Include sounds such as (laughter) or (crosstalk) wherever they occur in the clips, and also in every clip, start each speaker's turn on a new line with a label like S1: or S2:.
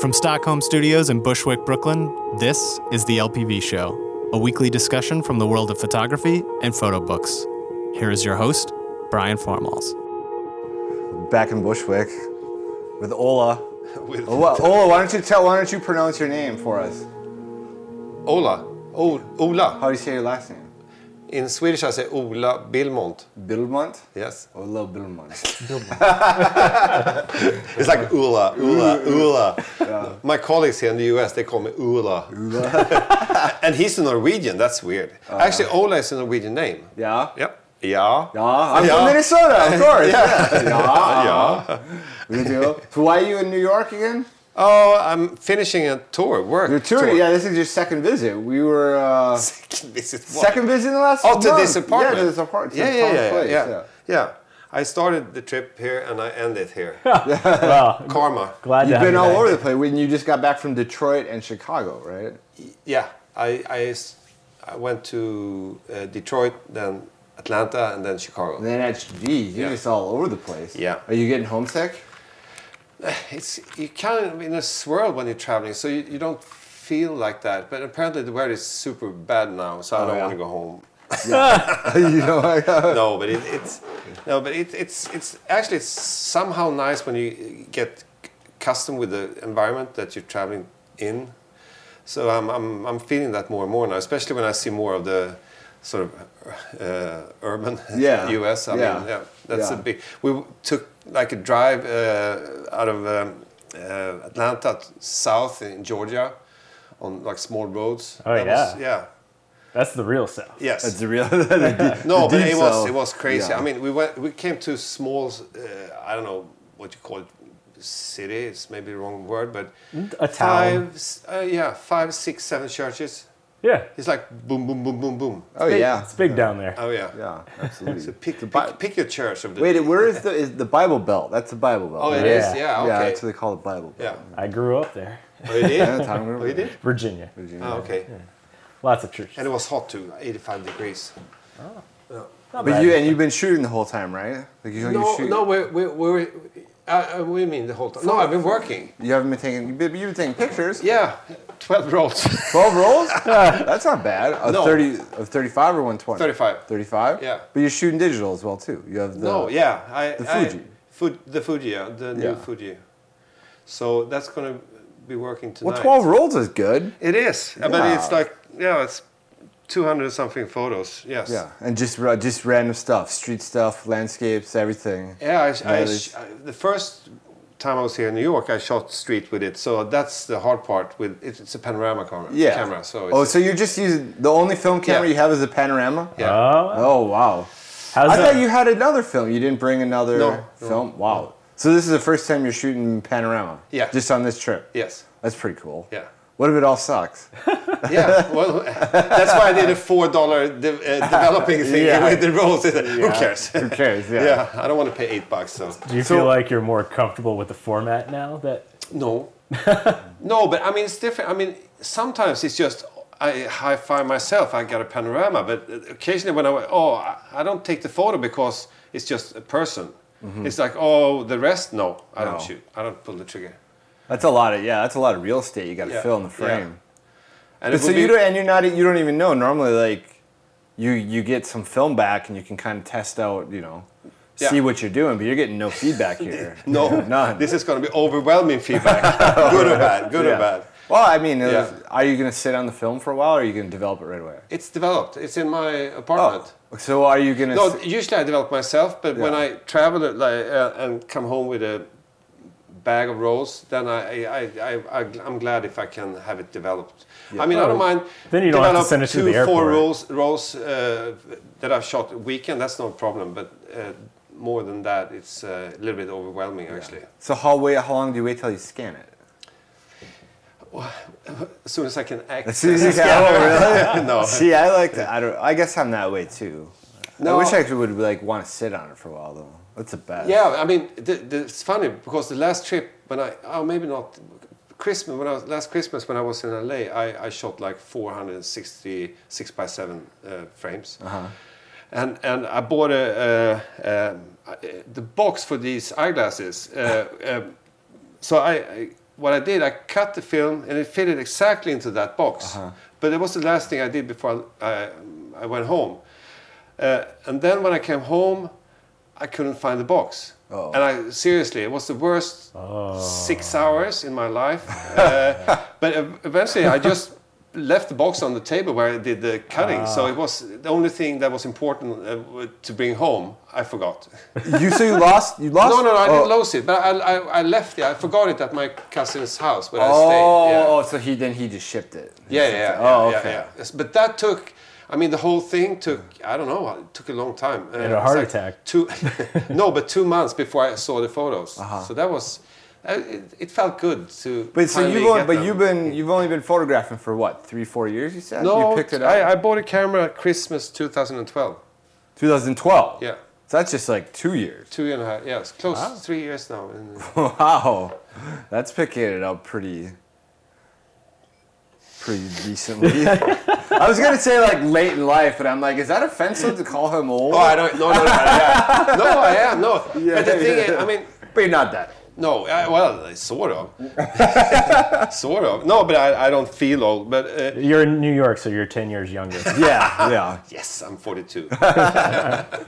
S1: From Stockholm Studios in Bushwick, Brooklyn, this is The LPV Show, a weekly discussion from the world of photography and photo books. Here is your host, Brian Formals.
S2: Back in Bushwick with Ola. Ola, Ola, why don't you tell? Why don't you pronounce your name for us?
S3: Ola. O- Ola.
S2: How do you say your last name?
S3: In Swedish I say Ola Billmont.
S2: Bilmont.
S3: Yes.
S2: Ola Oh,
S3: (laughs)
S2: Bilmont.
S3: It's like Ola, Ola, Ola. My colleagues here in the US, they call me Ola. (laughs) and he's a Norwegian. That's weird. Actually, Ola is a Norwegian name.
S2: Ah. Yeah.
S3: Yep. Yeah.
S2: Yeah. I'm
S3: Yeah.
S2: from Minnesota,
S3: (laughs)
S2: of course. (laughs) yeah. yeah.
S3: Yeah.
S2: We do. So why are you in New York again?
S3: Oh, I'm finishing a tour. Work.
S2: Your tour.
S3: tour.
S2: Yeah, this is your second visit. We were uh,
S3: (laughs) Second visit.
S2: second visit in the last.
S3: Oh, to
S2: month.
S3: this apartment.
S2: Yeah, to this apartment. to
S3: Yeah,
S2: this
S3: yeah,
S2: Tom's
S3: yeah,
S2: place,
S3: yeah, yeah. Yeah. I started the trip here and I end
S2: (laughs)
S3: it here.
S4: Wow,
S3: Karma.
S4: glad to
S2: You've
S4: have
S2: been
S4: you
S2: all
S4: back.
S2: over the place. When you just got back from Detroit and Chicago, right?
S3: Yeah, I, I s- I went to uh, Detroit, then Atlanta, and then Chicago.
S2: And then at geez, you're
S3: Yeah.
S2: just all over the place.
S3: Yeah.
S2: Are you getting homesick?
S3: It's you kind of in a swirl when you're traveling, so you, you don't feel like that. But apparently the weather is super bad now, so I don't
S2: yeah.
S3: want to go home. (laughs)
S2: you know, like, uh,
S3: No, but it, it's no, but it, it's it's actually it's somehow nice when you get c- custom with the environment that you're traveling in. So I'm I'm I'm feeling that more and more now, especially when I see more of the sort of uh, urban (laughs)
S2: Yeah.
S3: U.S. I
S2: Yeah.
S3: mean, yeah, that's a
S2: Yeah.
S3: big. We took like a drive uh, out of um, uh, Atlanta t- south in Georgia on like small roads.
S4: Oh,
S3: That was-
S4: yeah.
S3: yeah.
S4: That's the real South.
S3: Yes.
S2: that's the
S3: (laughs)
S2: real. (laughs) the deep-
S3: No,
S2: the
S3: but
S2: deep
S3: it was
S2: south.
S3: it was crazy.
S2: Yeah.
S3: I mean, we went we came to small. Uh, I don't know what you call it, city. It's maybe the wrong word, but
S4: Mm, A town.
S3: Five, s- uh, yeah, five, six, seven churches.
S4: Yeah.
S3: It's like boom, boom, boom, boom, boom.
S2: oh
S4: Big-
S2: yeah,
S4: It's big down there.
S3: Oh yeah.
S2: (laughs) yeah, absolutely.
S3: So pick,
S2: The
S3: pick,
S2: Bi-
S3: pick your church of the.
S2: Wait, where is the is the Bible Belt? That's the Bible Belt.
S3: oh, it
S2: right?
S3: is.
S4: Yeah.
S3: Yeah.
S2: Yeah,
S3: Okay.
S2: that's what they call the Bible Belt.
S3: Yeah.
S4: I grew up there.
S3: Oh, you
S2: (laughs)
S3: did.
S2: That's how I
S3: oh,
S2: remember
S3: you
S2: it.
S3: did.
S4: Virginia.
S3: Oh, okay.
S4: Lots of churches.
S3: And it was hot too, 85 degrees.
S4: Not
S2: But
S4: bad.
S2: you and you've been shooting the whole time, right? Like you, you
S3: No,
S2: shoot.
S3: no, we we we. were- uh, I, I, we mean the whole time. No, I've been working.
S2: You haven't been taking. You've been, you've been taking pictures.
S3: Yeah, 12 rolls. (laughs)
S2: Twelve rolls. that's not bad. Of
S3: No.
S2: thirty, of thirty-five or one twenty.
S3: 35.
S2: Thirty-five.
S3: Yeah.
S2: But you're shooting digital as well too. You have the.
S3: No, Oh, yeah, I,
S2: the
S3: I-
S2: Fuji.
S3: Fu- the Fuji, yeah, the
S2: Yeah.
S3: new Fuji. So that's gonna be working tonight.
S2: Well, twelve rolls is good.
S3: It is, uh, but it's
S2: Yeah.
S3: like yeah, it's two hundred something photos. Yes.
S2: Yeah, and just ra- just random stuff, street stuff, landscapes, everything.
S3: Yeah, I, I,
S2: it is.
S3: sh- I- the first time I was here in New York, I shot street with it. So that's the hard part. With it's, it's a panorama camera.
S2: Yeah.
S3: Camera. So it's,
S2: oh, so you're just using the only film camera
S3: Yeah.
S2: you have is a panorama.
S3: yeah.
S4: Oh,
S2: Oh wow.
S4: how's
S2: I
S4: that?
S2: thought you had another film. You didn't bring another
S3: No, no,
S2: film. wow. So this is the first time you're shooting panorama.
S3: Yeah.
S2: Just on this trip.
S3: yes.
S2: That's pretty cool.
S3: Yeah.
S2: What if it all sucks?
S3: Yeah, well, (laughs) that's why I did a four dollar de- uh,
S2: (laughs)
S3: developing thing
S2: Yeah.
S3: with the rolls. (laughs) Who cares?
S2: Who cares? (laughs) Yeah.
S3: yeah, I don't want to pay eight bucks. So
S4: Do you
S2: So-
S4: feel like you're more comfortable with the format now? That
S2: (laughs)
S3: No. no, but I mean, it's different. I mean, sometimes it's just I high five myself, I got a panorama, but occasionally when I went, oh, I- I don't take the photo because it's just a person. It's like, oh, the rest, no, I
S2: Mm-hmm. No.
S3: don't shoot. I don't pull the trigger.
S2: That's a lot of yeah. That's a lot of real estate you got to
S3: Yeah.
S2: fill in the
S3: Yeah.
S2: frame.
S3: And
S2: But
S3: it
S2: so
S3: would be-
S2: you don't, and you're not you don't even know. Normally, like you you get some film back and you can kind of test out you know.
S3: Yeah.
S2: See what you're doing, but you're getting no
S3: (laughs)
S2: feedback here.
S3: No,
S2: (laughs) none.
S3: this is going to be overwhelming
S2: (laughs)
S3: feedback. good or bad, good or
S2: Yeah.
S3: bad.
S2: Well, I mean, it
S3: Yeah.
S2: was- are you going to sit on the film for a while, or are you going to develop it right away?
S3: It's developed, it's in my apartment.
S2: Oh, so are you going to?
S3: No, usually I develop myself, but when
S2: Yeah.
S3: I travel uh, like, uh, and come home with a bag of rolls, then I, I, I, I, I'm glad if I can have it developed. I mean, I don't mind.
S4: Oh, Then you don't have to
S3: develop
S4: send it to
S3: two,
S4: the
S3: four
S4: airport.
S3: rolls, rolls uh, that I've shot a weekend. That's no problem, but uh, more than that, it's uh, a little bit overwhelming actually.
S2: So how wait? How long do you wait till you scan it?
S3: (laughs) As soon as I can act.
S2: As soon as you (laughs) scan it,
S3: (laughs) no.
S2: oh, (laughs) See, I like. To, I don't. I guess I'm that way too. I
S3: No.
S2: wish I could, would like want to sit on it for a while though. That's the best.
S3: Yeah, I mean, the, the, it's funny because the last trip when I, oh, maybe not Christmas, when I was, last Christmas when I was in LA, I, I shot like 460 six by seven uh, frames. And, and I bought a, uh, um, I- uh, the box for these eyeglasses. Uh, um, so I, I what I did, I cut the film and it fitted exactly into that box. But it was the last thing I did before I, I went home. Uh, and then when I came home, I couldn't find the box.
S2: Oh.
S3: And I seriously, it was the worst six hours in my life. Uh, but ev- eventually, I just left the box on the table where I did the cutting. So it was the only thing that was important uh, w- to bring home. I forgot.
S2: You so you lost? You lost?
S3: No, no, no, I
S2: oh.
S3: didn't lose it, but I, I, I left it. I forgot it at my cousin's house where I
S2: Oh,
S3: stayed. Yeah.
S2: oh, so he then he just shipped it.
S3: Yeah, yeah, yeah.
S2: Oh,
S3: yeah,
S2: okay.
S3: yeah. Yes, But that took. I mean, the whole thing took. I don't know. It took a long time. Uh,
S4: had a
S3: it's
S4: heart attack.
S3: Two. (laughs) no, but two months before I saw the photos. So that was. Uh, it, it felt good to.
S2: Uh-huh. But so
S3: finally
S2: you've only,
S3: get
S2: but
S3: them.
S2: you've been you've only been photographing for what three four years? You said
S3: No,
S2: you picked it up.
S3: I, I bought a camera at Christmas 2012.
S2: 2012.
S3: Yeah,
S2: So that's just like two years. (laughs)
S3: two and a half. Yeah, it's close to three years now. And, (laughs)
S2: Wow, that's picking it up pretty, pretty
S3: (laughs)
S2: decently. I was gonna say like late in life, but I'm like, is that offensive to call him old?
S3: oh, I don't. No, no, no. yeah. No, I am. No. but the thing is, I mean,
S2: (laughs) but you're not that. old.
S3: No, I, well, sort of, sort of. No, but I, I don't feel old. But uh,
S4: You're in New York, so you're 10 years younger.
S2: Yeah, yeah.
S3: yes, I'm 42.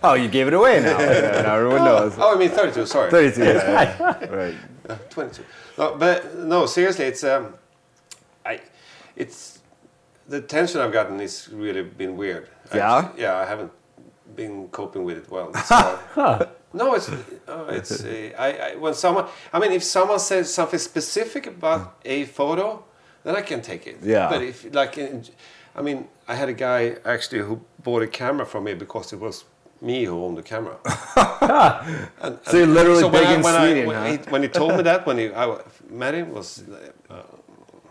S2: Oh, you gave it away now. Yeah, now everyone knows.
S3: (laughs) oh, I mean 32. Sorry,
S2: 32. Yeah, yeah. Right.
S3: 22. No, but no, seriously, it's um, I, it's the tension I've gotten is really been weird.
S2: Yeah?
S3: Actually, yeah, I haven't been coping with
S2: (laughs)
S3: it well. So- No, it's uh, it's uh, I, I when someone I mean if someone says something specific about a photo, then I can take it.
S2: Yeah.
S3: But if like in, I mean I had a guy actually who bought a camera from me because it was me who owned the camera.
S2: So you're literally
S3: So when,
S2: big
S3: I,
S2: in
S3: when, I,
S2: Sweden,
S3: when,
S2: huh?
S3: he, when he told me that, when he, I wa- met him, was
S4: (laughs)
S3: uh,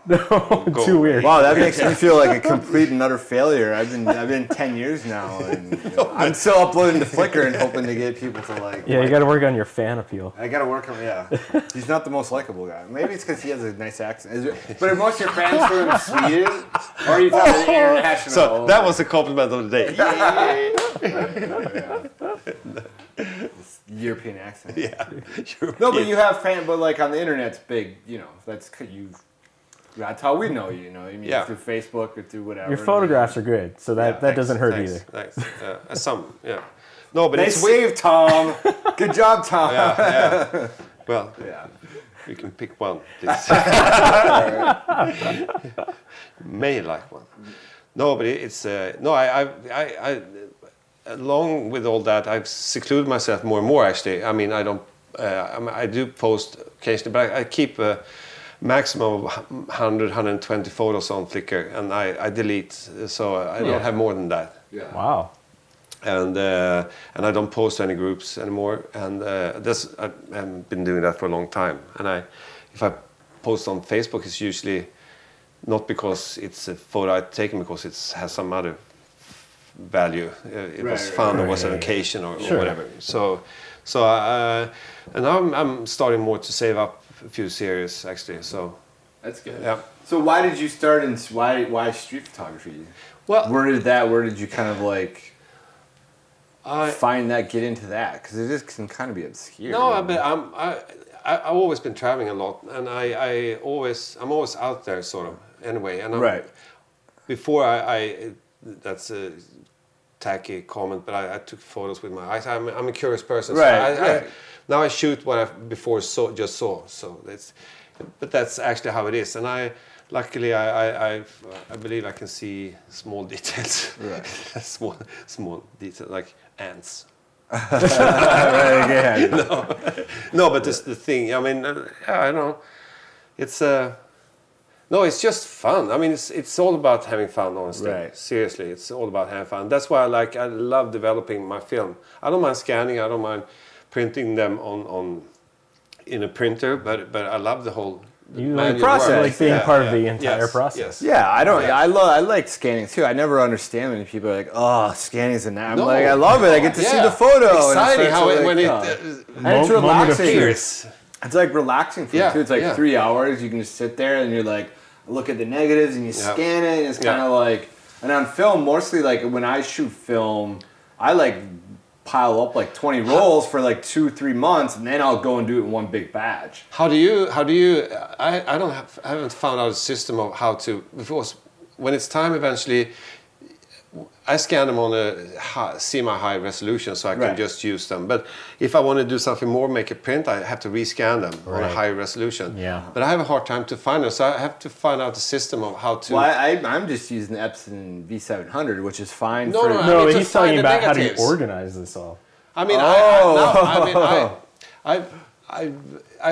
S3: Go
S4: Too weird.
S2: Wow, that makes me feel like a complete and utter failure. I've been I've been ten years now, and you know, I'm still uploading to Flickr and hoping to get people to like.
S4: Yeah, you got to work on your fan appeal.
S2: I gotta work on yeah. He's not the most likable guy. Maybe it's because he has a nice accent. Is it, but are most of your fans from Sweden, or are you
S4: (laughs)
S2: from international?
S3: so that was the compliment of the day.
S2: European accent.
S3: Yeah. (laughs)
S2: No, but you have fan, but like on the internet, it's big. You know, that's you. That's how we know you. You know, what I mean,
S3: Yeah.
S2: through Facebook or through whatever.
S4: Your photographs are good, so that, that
S3: Thanks,
S4: doesn't hurt
S3: thanks,
S4: either.
S3: Thanks. Yeah, uh, some, yeah. No, but
S2: Nice
S3: it's weird.
S2: wave, Tom. Good job, Tom.
S3: (laughs) Yeah, yeah. Well,
S2: yeah.
S3: you can pick one. please. (laughs) May like one. No, but it- it's uh, no. I, I, I, I, along with all that, I've secluded myself more and more. Actually, I mean, I don't. Uh, I'm- I do post occasionally, but I, I keep a maximum of 100, 120 photos on Flickr, and I, I delete, so I don't have more than that
S2: Yeah.
S4: Wow.
S3: and uh, and I don't post any groups anymore. And uh, that's I, I've been doing that for a long time. And I, if I post on Facebook, it's usually not because it's a photo I've taken, because it has some other value. Uh, It
S2: Right,
S3: was
S2: right,
S3: fun or
S4: right,
S3: was an
S4: right, right.
S3: occasion or, or
S4: Sure.
S3: whatever. So, so uh, and now I'm, I'm starting more to save up a few series actually. So
S2: That's good.
S3: yeah.
S2: So why did you start in why why street photography?
S3: Well-
S2: where did that? Where did you kind of like
S3: I,
S2: find that? Get into that because it is, can kind of be obscure.
S3: No, I, but I'm, I, I, I've always been traveling a lot, and I, I always, I'm always out there, sort of, anyway. And I'm,
S2: Right.
S3: Before I, I, that's a tacky comment, but I, I took photos with my eyes. I'm, I'm a curious person. so
S2: Right,
S3: I, I-
S2: right.
S3: now I shoot what I before saw, just saw. So that's, but that's actually how it is. And I, luckily, I, I, I, I believe I can see small (laughs) details.
S2: Right.
S3: small, small details like ants.
S2: yeah, yeah.
S3: No, but this the thing. I mean, uh, yeah, I don't know. It's uh, no, it's just fun. I mean, it's it's all about having fun, honestly.
S2: Right.
S3: Seriously, it's all about having fun. That's why I like I love developing my film. I don't mind scanning. I don't mind printing them on on in a printer. But but I love the whole the
S4: You like
S3: manual
S2: process,
S3: work.
S2: like
S4: being part of the
S3: Yes,
S4: entire process.
S3: yes.
S2: Yeah, I don't. I love. I like scanning too. I never understand when people are like, "Oh, scanning's a now." I'm
S3: No.
S2: like, I love it. I get to see
S3: Yeah.
S2: the photo. and it
S3: Exciting
S2: starts
S3: how
S2: to,
S3: it,
S2: like,
S3: when
S2: oh.
S3: it uh,
S2: and it's
S4: Mo- moment of
S2: relaxing.
S4: truth.
S3: appears.
S2: It's like relaxing for
S3: Yeah,
S2: you too. It's like
S3: yeah.
S2: three hours. You can just sit there and you're like, look at the negatives and you
S3: Yeah.
S2: scan it. And it's
S3: Yeah.
S2: kind of like, and on film, mostly like when I shoot film, I like pile up like 20 rolls for like two, three months, and then I'll go and do it in one big batch.
S3: How do you? How do you? I, I don't have. I haven't found out a system of how to. Because when it's time eventually, I scan them on a high, semi-high resolution, so I can
S2: Right.
S3: just use them. But if I want to do something more, make a print, I have to rescan them on a
S4: Right.
S3: high resolution.
S4: Yeah.
S3: But I have a hard time to find them, so I have to find out the system of how to.
S2: Well, I, I, I'm just using Epson V700, which is fine
S3: No,
S2: for.
S3: no, I
S4: No,
S3: need to
S4: he's talking
S3: find the
S4: about how do you
S3: negatives.
S4: organize this all?
S3: I mean, I, I, no, I mean, I, I, I,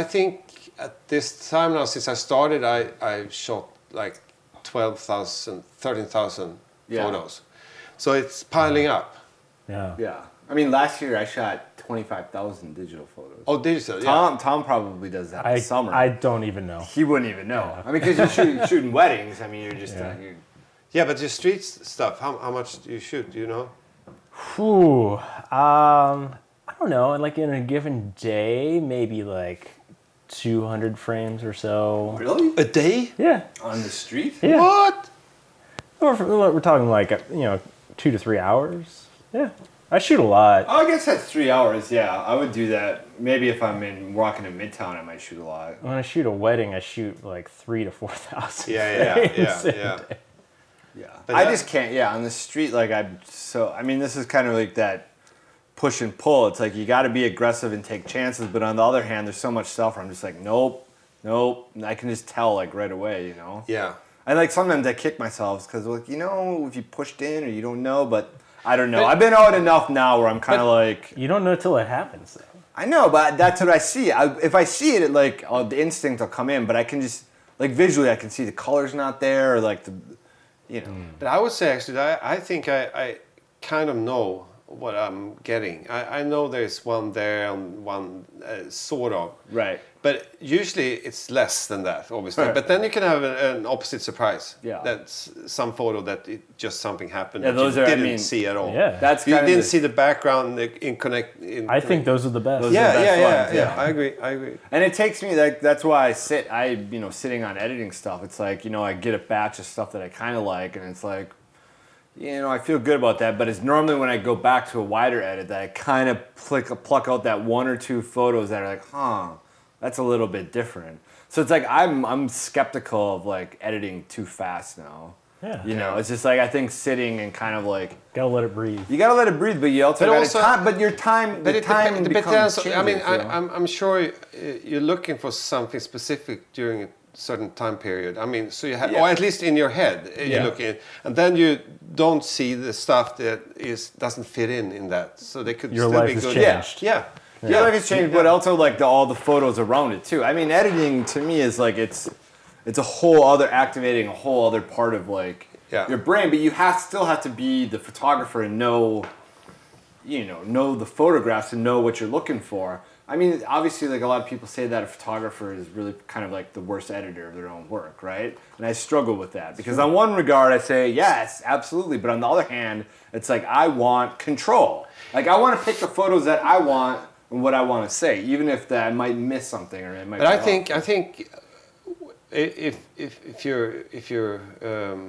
S3: I think at this time now, since I started, I, I shot like 12,000, 13,000
S2: Yeah.
S3: photos. So it's piling up.
S4: Yeah.
S2: Yeah. I mean, last year I shot 25,000 digital photos.
S3: Oh, digital, yeah.
S2: Tom, Tom probably does that
S4: I
S2: in summer.
S4: I don't even know.
S2: he wouldn't even know. I mean, because you're shooting, shooting weddings. I mean, you're just.
S4: Yeah.
S2: Uh, you
S3: Yeah, but your street s- stuff, how, how much do you shoot, do you know?
S4: Whew. Um, I don't know. Like in a given day, maybe like 200 frames or so.
S2: really?
S3: A day?
S4: Yeah.
S2: On the street?
S4: Yeah.
S3: What?
S4: We're, we're talking like you know two to three hours. Yeah. I shoot a lot.
S2: Oh, I guess that's three hours. Yeah, I would do that. Maybe if I'm in walking to Midtown, I might shoot a lot.
S4: When I shoot a wedding, I shoot like three to four (laughs) thousand. (laughs)
S3: Yeah, yeah, yeah, yeah.
S2: Yeah,
S3: But
S2: I
S3: that-
S2: just can't. Yeah, on the street, like I'm so. I mean, this is kind of like that push and pull. It's like you got to be aggressive and take chances, but on the other hand, there's so much stuff where I'm just like, nope, nope. And I can just tell like right away, you know.
S3: Yeah.
S2: I like sometimes I kick myself because like you know if you pushed in or you don't know, but I don't know.
S3: But-
S2: I've been out enough now where I'm kind of like
S4: You don't know till it happens. Though.
S2: I know, but that's what I see. I, if I see it, it like i the instinct will come in, but I can just like visually, I can see the colors not there, or like the, you know.
S3: But I would say actually, I, I think I, I kind of know what I'm getting. I, I know there's one there and one uh, sort of.
S2: Right.
S3: But usually it's less than that, obviously.
S2: Right.
S3: But then you can have an, an opposite surprise.
S2: Yeah.
S3: That's some photo that it, just something happened
S2: Yeah,
S3: that
S2: those
S3: you
S2: are- I
S3: didn't
S2: mean,
S3: see at all.
S4: yeah.
S2: That's
S3: You
S2: kind
S3: didn't
S2: of
S3: see the background in connect. In
S4: I think those are the best.
S2: Those are-
S3: Yeah,
S2: the
S3: yeah,
S2: best
S3: yeah,
S2: ones,
S3: yeah.
S2: yeah.
S3: I agree. I agree.
S2: and it takes me like that's why I sit. I you know sitting on editing stuff. It's like you know I get a batch of stuff that I kind of like, and it's like, you know I feel good about that. But it's normally when I go back to a wider edit that I kind of pluck pluck out that one or two photos that are like, huh, that's a little bit different. So it's like I'm I'm skeptical of like editing too fast now.
S4: Yeah.
S2: You know, it's just like I think sitting and kind of like
S4: Gotta let it breathe.
S2: you gotta let it breathe, but you also
S3: But
S2: gotta
S3: also-
S2: time. But your time,
S3: But
S2: the
S3: it
S2: time
S3: depends.
S2: becomes
S3: depends I mean,
S2: changes,
S3: I,
S2: you know?
S3: I'm, I'm sure uh, you're looking for something specific during a certain time period. I mean, so you have, or
S2: Yeah.
S3: at least in your head, uh, you're
S4: Yeah.
S3: looking, and then you don't see the stuff that is doesn't fit in in that. So they could
S4: Your
S3: still
S4: life
S3: be
S4: has
S3: good.
S4: changed.
S3: Yeah, yeah,
S2: Yeah, like it's changed, but also like the, all the photos around it too. I mean, editing to me is like it's it's a whole other activating a whole other part of like
S3: Yeah.
S2: your brain, but you have still have to be the photographer and know you know know the photographs and know what you're looking for. I mean, obviously, like a lot of people say that a photographer is really kind of like the worst editor of their own work, right? And I struggle with that because on one regard, I say yes, absolutely, but on the other hand, it's like I want control. Like I want to pick the photos that I want and what I want to say, even if that I might miss something or it might.
S3: But I
S2: be
S3: think
S2: off.
S3: I think i- if if if you're if you're um,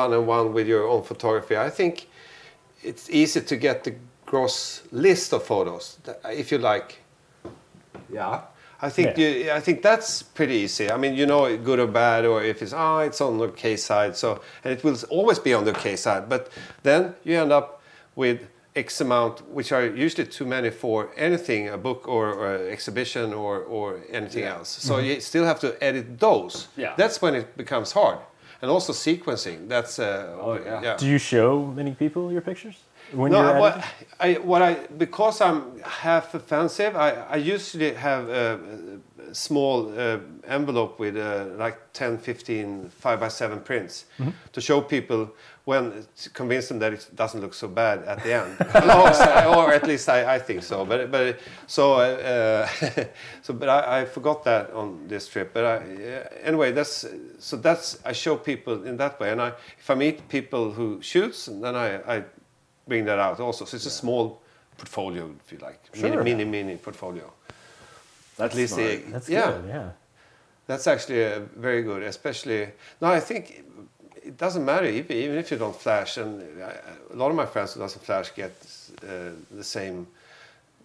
S3: one on one with your own photography, I think it's easy to get the gross list of photos that- if you like.
S2: yeah.
S3: I think
S4: Yeah.
S3: you, I think that's pretty easy. I mean, you know, it good or bad, or if it's oh, it's on the okay side. So and it will always be on the okay side. But then you end up with X amount, which are usually too many for anything, a book or, or a exhibition or or anything else. So you still have to edit those.
S2: Mm-hmm. Yeah.
S3: That's when it becomes hard. And also sequencing. That's uh,
S2: Oh, yeah.
S4: Do you show many people your pictures when
S3: no,
S4: you're
S3: I-
S4: editing?
S3: what I, what I because I'm half offensive, I, I usually have a, a small uh, envelope with uh, like 10, 15 5 by 7 prints
S4: Mm-hmm.
S3: to show people when to convince them that it doesn't look so bad at the end, (laughs) or, or at least I, I think so. But but so uh, (laughs) uh, so but I, I forgot that on this trip. But I, uh, anyway, that's so that's I show people in that way, and I if I meet people who shoots, then I. I bring that out also. So it's a small portfolio, if you like,
S4: Sure.
S3: mini, mini, mini portfolio.
S2: That's
S3: At least,
S2: smart.
S3: uh,
S4: That's
S3: yeah,
S4: good. Yeah.
S3: that's actually uh, very good. Especially no, I think it doesn't matter if, even if you don't flash. And I, a lot of my friends who doesn't flash get uh, the same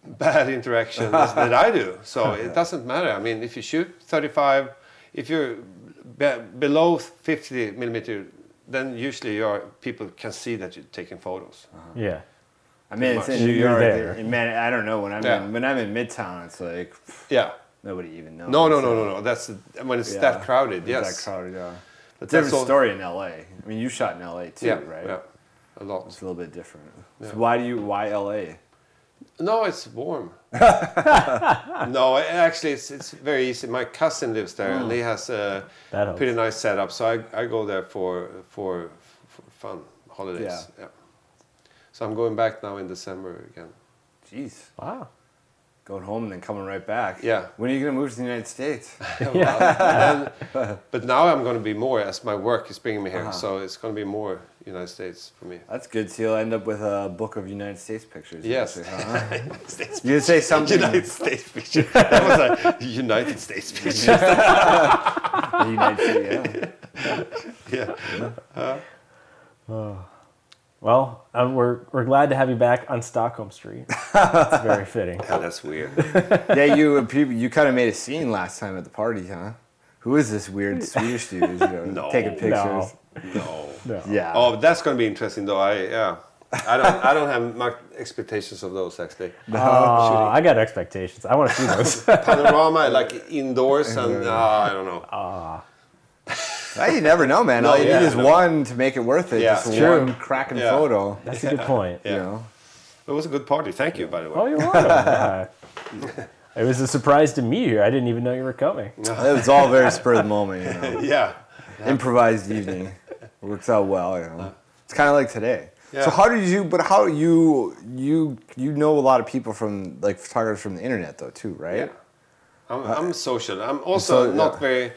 S3: (laughs) bad interaction as, that I do. So it doesn't matter. I mean, if you shoot 35, if you're be- below 50 millimeter, then usually your people can see that you're taking photos.
S4: Yeah.
S2: I mean, it's
S3: much.
S2: in New
S4: You're
S2: York.
S4: there.
S2: it- Man, I don't know when I'm
S3: Yeah.
S2: in, when I'm in Midtown. It's like pff,
S3: Yeah.
S2: nobody even knows.
S3: No, no, no, no, no. That's when it's
S2: Yeah.
S3: that crowded.
S2: It's
S3: Yes.
S2: that crowded. Yeah,
S3: But that's
S2: different
S3: all-
S2: story in L.A. I mean, you shot in L.A. too,
S3: Yeah.
S2: right?
S3: Yeah. A lot.
S2: It's a little bit different.
S3: Yeah.
S2: So why do you why L.A.?
S3: No, it's
S2: (laughs)
S3: warm. no, I- actually, it's it's very easy. My cousin lives there,
S2: Hmm.
S3: and he has a
S4: That helps.
S3: pretty nice setup. So I, I go there for for, for fun holidays.
S2: Yeah.
S3: So I'm going back now in December
S2: (laughs)
S3: again.
S2: Jeez,
S4: Wow.
S2: going home and then coming right back.
S3: Yeah.
S2: When are you gonna move to the United States?
S3: Well, then- but now I'm going to be more as my work is bringing me here.
S2: Uh-huh.
S3: So it's going to be more United States for me.
S2: That's good. So you'll end up with a book of United States pictures.
S3: Yes. (laughs)
S2: eventually, huh? (laughs) you say something.
S3: (laughs) United States picture. That was a United States
S2: (laughs)
S3: picture.
S2: United States, yeah.
S3: Yeah.
S4: Well, uh, we're, we're glad to have you back on Stockholm Street. It's
S3: (laughs)
S4: very fitting.
S3: yeah, that's weird.
S2: yeah, you people, you kind of made a scene last time at the party, huh? Who is this weird Swedish dude who's, you know,
S3: (laughs) No.
S2: taking pictures?
S4: No.
S3: (laughs) No.
S4: No.
S2: Yeah.
S3: Oh, that's going to be interesting, though. I yeah, I don't I don't have much expectations of those actually.
S2: Oh.
S3: Oh,
S4: Uh, I got expectations. I want to see
S3: (laughs)
S4: those.
S3: Panorama like indoors and uh, I don't know.
S2: Well, you never know, man. All you
S3: yeah,
S2: need is
S3: no.
S2: one to make it worth it.
S3: Yeah.
S2: Just
S3: True.
S2: one cracking
S3: Yeah.
S2: photo.
S4: That's a good point.
S2: You
S3: Yeah. (laughs)
S2: know.
S3: It was a good party. Thank you, by the way.
S4: Oh, you're welcome.
S3: (laughs)
S4: Uh, it was a surprise to me here. I didn't even know you were coming.
S2: It was all very spur of the moment, you know.
S3: yeah.
S2: Improvised evening. Works out well, you know. It's kinda like today.
S3: Yeah.
S2: So how did you but how you you you know a lot of people from like photographers from the internet though too, right?
S3: Yeah. I'm, I'm social. I'm also
S2: so-
S3: not
S2: yeah.
S3: very.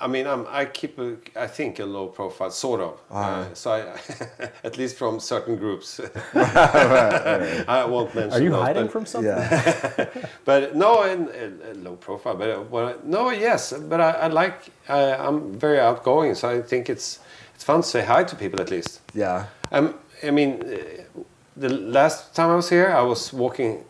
S3: I mean, I'm, I keep, a, I think, a low profile, sort of. Uh, so I, (laughs) at least from certain groups. (laughs) I won't mention.
S4: Are you
S3: those,
S4: hiding
S3: but-
S4: from something?
S3: (laughs)
S2: Yeah.
S3: But no, and, and, and low profile. But uh, well, I- no, yes, but I, I like. I, I'm very outgoing, so I think it's it's fun to say hi to people at least.
S2: Yeah.
S3: Um, I mean, uh, the last time I was here, I was walking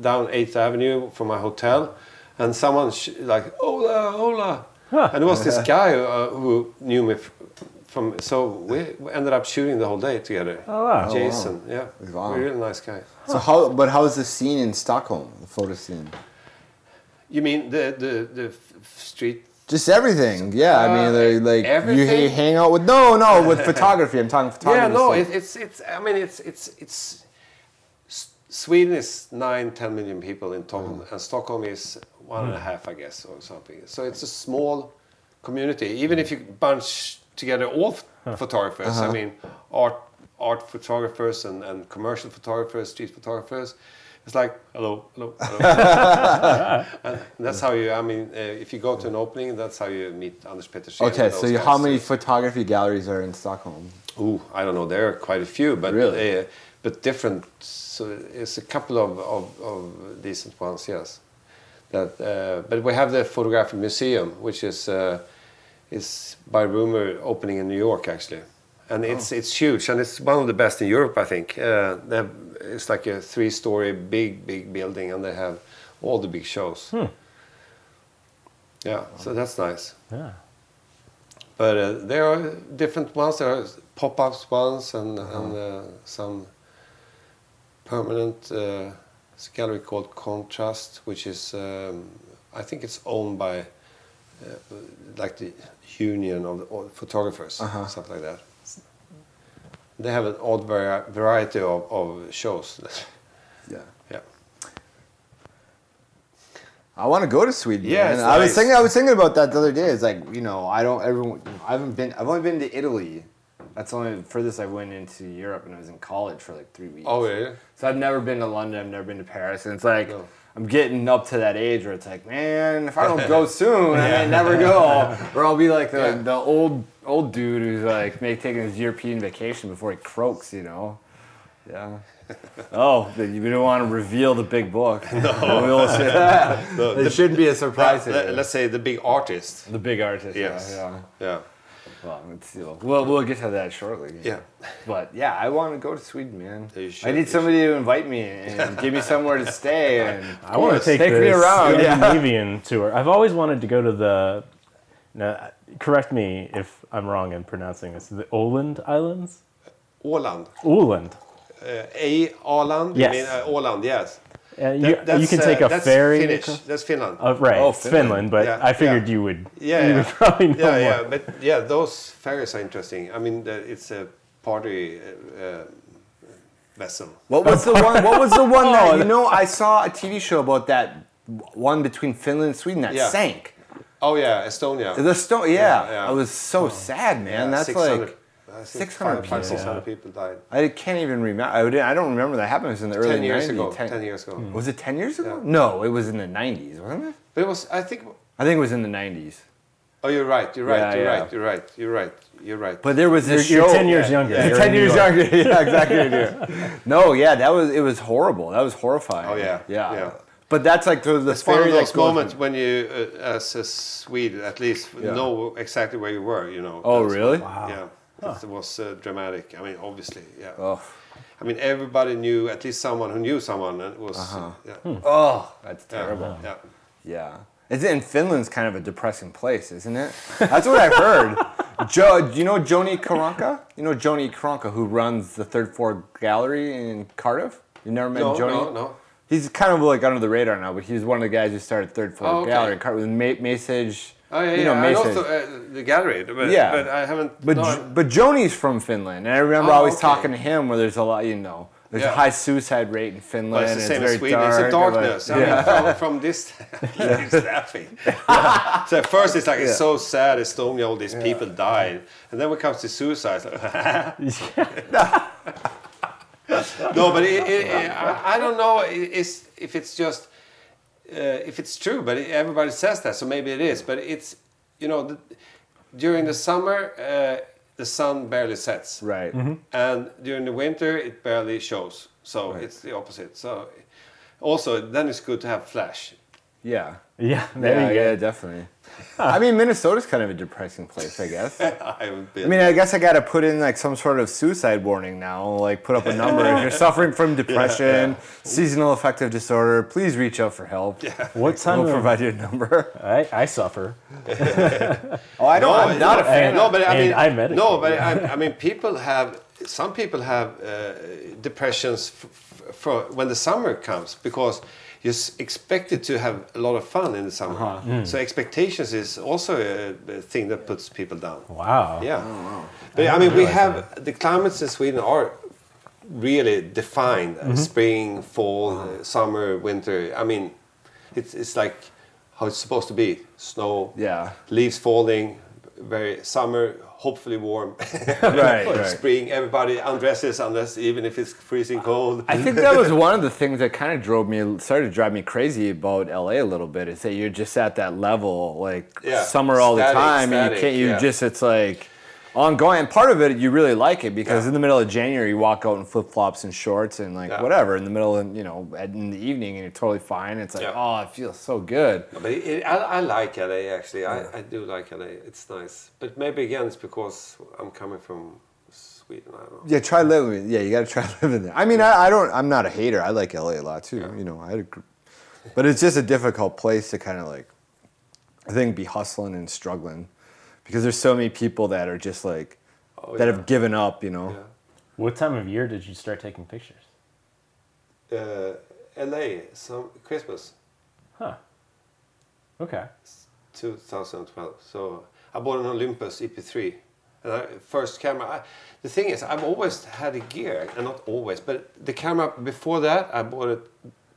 S3: down Eighth Avenue from my hotel, and someone sh- like hola hola, and it was
S4: (laughs)
S3: this guy who, uh, who knew me f- from. So we we ended up shooting the whole day together.
S4: Oh, wow.
S3: Jason, yeah,
S2: Wow.
S3: really nice guy.
S2: So how but how is the scene in Stockholm, the photo scene?
S3: You mean the the the f- f- street
S2: Just everything, yeah. I mean,
S3: Uh,
S2: they're like you
S3: everything?
S2: ha- hang out with no, no,
S3: (laughs)
S2: with photography. I'm talking photography.
S3: Yeah, no,
S2: scene.
S3: it, it's it's. I mean, it's it's it's. S- Sweden is nine, ten million people in total,
S2: Mm.
S3: and Stockholm is one and a half, I guess, or something. So it's a small community. Even if you
S2: Mm.
S3: bunch together all ph- photographers,
S2: Uh-huh.
S3: I mean, art art photographers and, and commercial photographers, street photographers, it's like hello, hello,
S2: (laughs)
S3: hello. and that's how you. I mean, uh, if you go to an opening, that's how you meet Anders Petersen.
S2: Okay,
S3: and
S2: so
S3: those
S2: you, how
S3: guys.
S2: many photography galleries are in Stockholm?
S3: Ooh, I don't know. There are quite a few, but
S2: Really?
S3: uh, but different. So it's a couple of, of, of decent ones, yes. That, uh, but we have the photography museum, which is uh, is by rumor opening in New York actually, and it's it's huge and it's one of the best in Europe, I think. Uh, they have, it's like a three-story big big building, and they have all the big shows. Yeah, so that's nice.
S4: Yeah.
S3: But uh, there are different ones. There are pop-ups ones and, and uh, some permanent uh, it's a gallery called Contrast, which is um, I think it's owned by uh, like the union of the all photographers, something like that. They have an odd vari- variety of, of shows. (laughs)
S2: Yeah.
S3: yeah.
S2: I want to go to Sweden.
S3: Yeah,
S2: man.
S3: it's
S2: I was
S3: nice.
S2: thinking. I was thinking about that the other day. It's like you know, I don't. Everyone, you know, I haven't been. I've only been to Italy. That's the only furthest I went into Europe, and I was in college for like three weeks.
S3: Oh, really?
S2: So I've never been to London. I've never been to Paris, and it's like
S3: No.
S2: I'm getting up to that age where it's like, man, if I don't
S3: (laughs)
S2: go soon, I may never go, or I'll be like the,
S3: Yeah.
S2: the old old dude who's like make, taking his European vacation before he croaks, you know. Yeah. Oh, then you don't want to reveal the big book. (laughs) No.
S3: The,
S2: it shouldn't be a surprise. to you.
S3: let's say the big artist.
S2: the big artist.
S3: Yes.
S2: Yeah, yeah.
S3: Yeah.
S2: Well, it's, we'll we'll get to that shortly.
S3: Yeah.
S2: But yeah, I want to go to Sweden, man.
S3: You
S2: I
S3: should, you
S2: need somebody to invite me and give me somewhere to stay (laughs) and
S4: I want to take,
S2: take
S4: the
S2: me around. Yeah.
S4: Scandinavian tour. I've always wanted to go to the. Now, correct me if I'm wrong in pronouncing this. The Åland Islands.
S3: Åland.
S4: Åland.
S3: Uh, A. Åland. You
S4: Yes.
S3: mean, uh, Åland, yes.
S4: Uh, you,
S3: That- that's,
S4: you can take
S3: uh,
S4: a
S3: that's
S4: ferry.
S3: Finnish.
S4: across-
S3: That's Finland.
S4: Oh, right,
S3: Oh,
S4: it's
S3: Finland.
S4: Finland, but
S3: Yeah,
S4: I figured
S3: yeah.
S4: you would.
S3: Yeah,
S4: you
S3: yeah.
S4: would probably know
S3: yeah,
S4: more.
S3: yeah, but yeah, those ferries are interesting. I mean, the, it's a party uh, uh, vessel.
S2: What was the one? What (laughs) was Oh, the one that you know? I saw a TV show about that one between Finland and Sweden that
S3: Yeah.
S2: sank.
S3: Oh yeah, Estonia.
S2: The stone. Yeah, Oh.
S3: Yeah, yeah.
S2: I was so sad, man. That's
S3: 600
S2: like.
S3: I think
S2: 600
S3: five- five,
S2: people.
S3: 600 people died.
S2: I can't even remember. I, didn't, I don't remember that happened. It was in the early
S3: 10 years
S2: 90s.
S3: ago. 10 years ago.
S4: Hmm.
S2: Was it 10 years ago?
S3: Yeah.
S2: No, it was in the 90s, wasn't it?
S3: But it was, I think,
S2: I think it was in the 90s.
S3: oh, you're right, you're right,
S2: Yeah,
S3: you're
S2: yeah.
S3: right, you're right, you're right, you're right.
S2: But there was
S4: You're,
S2: this
S4: you're
S2: show.
S4: ten
S2: (laughs)
S4: years younger.
S2: Yeah,
S4: You're in
S2: 10
S4: New
S2: years
S4: York.
S2: younger. (laughs) Yeah, exactly.
S3: (laughs)
S2: yeah. No, yeah, that was it was horrible. That was horrifying.
S3: Oh, yeah,
S2: Yeah.
S3: yeah.
S2: But that's like the, the
S3: it's one
S2: fairy
S3: of
S2: that
S3: those
S2: goes-
S3: moments when you, uh, as a Swede at least, know exactly where you were, you know.
S2: Oh,
S3: That's-
S2: really?
S3: Yeah. It was uh, dramatic. I mean, obviously, yeah.
S2: Oh.
S3: I mean, everybody knew at least someone who knew someone, and it was yeah,
S2: Uh-huh. oh, that's
S3: yeah,
S2: terrible.
S3: Yeah.
S2: Yeah. It's in Finland's kind of a depressing place, isn't it? That's what I've
S3: (laughs)
S2: heard. Jo, do you know Joni Karanka? You know Joni Karanka who runs the Third Floor Gallery in Cardiff? You never met
S3: No,
S2: Joni?
S3: no, no.
S2: He's kind of like under the radar now, but he was one of the guys who started Third Floor
S3: Oh, okay.
S2: Gallery in Cardiff with Ma- Masage.
S3: Oh yeah,
S2: you know,
S3: yeah. I
S2: Masage.
S3: also uh, the gallery, but,
S2: Yeah.
S3: but I haven't.
S2: But
S3: no,
S2: J- but Joni's from Finland, and I remember
S3: Oh,
S2: always
S3: okay.
S2: talking to him where there's a lot, you know, there's a
S3: Yeah.
S2: high suicide rate in Finland.
S3: Well, it's the
S2: and
S3: same
S2: very
S3: as Sweden.
S2: Dark,
S3: it's a
S2: and, like-
S3: darkness. I mean, from, from this, (laughs) he's laughing. Yeah. So at first it's like it's so sad. Estonia, all these people died, and then when it comes to suicide, (laughs) it's like, no. But it, it, it- I, I don't know. i- Is if it's just uh, if it's true, but it, everybody says that, so maybe it is. But it's you know the, during the summer uh, the sun barely sets,
S2: Right.
S3: and during the winter it barely shows so it's the opposite so also then it's good to have flash (laughs)
S2: Yeah.
S4: Yeah, there
S2: Yeah,
S4: you go.
S2: yeah, definitely. I mean, Minnesota's kind of a depressing place, I guess. I
S3: i would be
S2: mean, I guess I got to put in like some sort of suicide warning now, like put up a number. if you're suffering from depression, seasonal affective disorder, please reach out for help.
S4: What time?
S2: We'll
S4: of-
S2: provide you a number.
S4: I, I suffer.
S2: Oh, I don't.
S3: no,
S2: I'm not a fan.
S4: fan.
S3: no but i
S4: And
S3: mean
S4: I medicate.
S3: no but I, I mean people have some people have uh, depressions f- f- for when the summer comes because you're s- expected to have a lot of fun in the summer so expectations is also a, a thing that puts people down
S4: Wow.
S3: Yeah.
S2: Oh,
S3: But I, mean, we have the climates in Sweden are really defined
S2: Mm-hmm.
S3: uh, spring, fall, uh, summer, winter. I mean, it's, it's like how it's supposed to be snow,
S2: Yeah.
S3: leaves falling, very summer, hopefully warm. (laughs)
S2: Right, right.
S3: Spring, everybody undresses unless even if it's freezing cold.
S2: I think that was one of the things that kind of drove me, started to drive me crazy about LA a little bit. Is that you're just at that level, like
S3: Yeah.
S2: summer all
S3: Static,
S2: the time, and you
S3: static,
S2: can't. You
S3: yeah.
S2: just it's like ongoing. And part of it, you really like it because in the middle of January, you walk out in flip flops and shorts and like
S3: Yeah.
S2: whatever. In the middle, and you know, at- in the evening, and you're totally fine. It's like,
S3: Yeah.
S2: oh, it feels so good.
S3: (laughs) But it, it, I, I like LA actually. I, I do like LA. It's nice. But maybe again, it's because I'm coming from Sweden. I don't know.
S2: Yeah, try living. Yeah, you got to (laughs) try living there. I mean, I, I don't. I'm not a hater. I like LA a lot too. You know, I, had a gr- but it's just a difficult place to kind of like, I think, be hustling and struggling, because there's so many people that are just like,
S3: Oh,
S2: that
S3: yeah.
S2: have given up. You know.
S4: What time of year did you start taking pictures?
S3: uh, LA some Christmas
S4: Huh. Okay.
S3: 2012. So I bought an Olympus EP3, and I, first camera. I, the thing is, I've always had a gear, and not always, but the camera before that, I bought a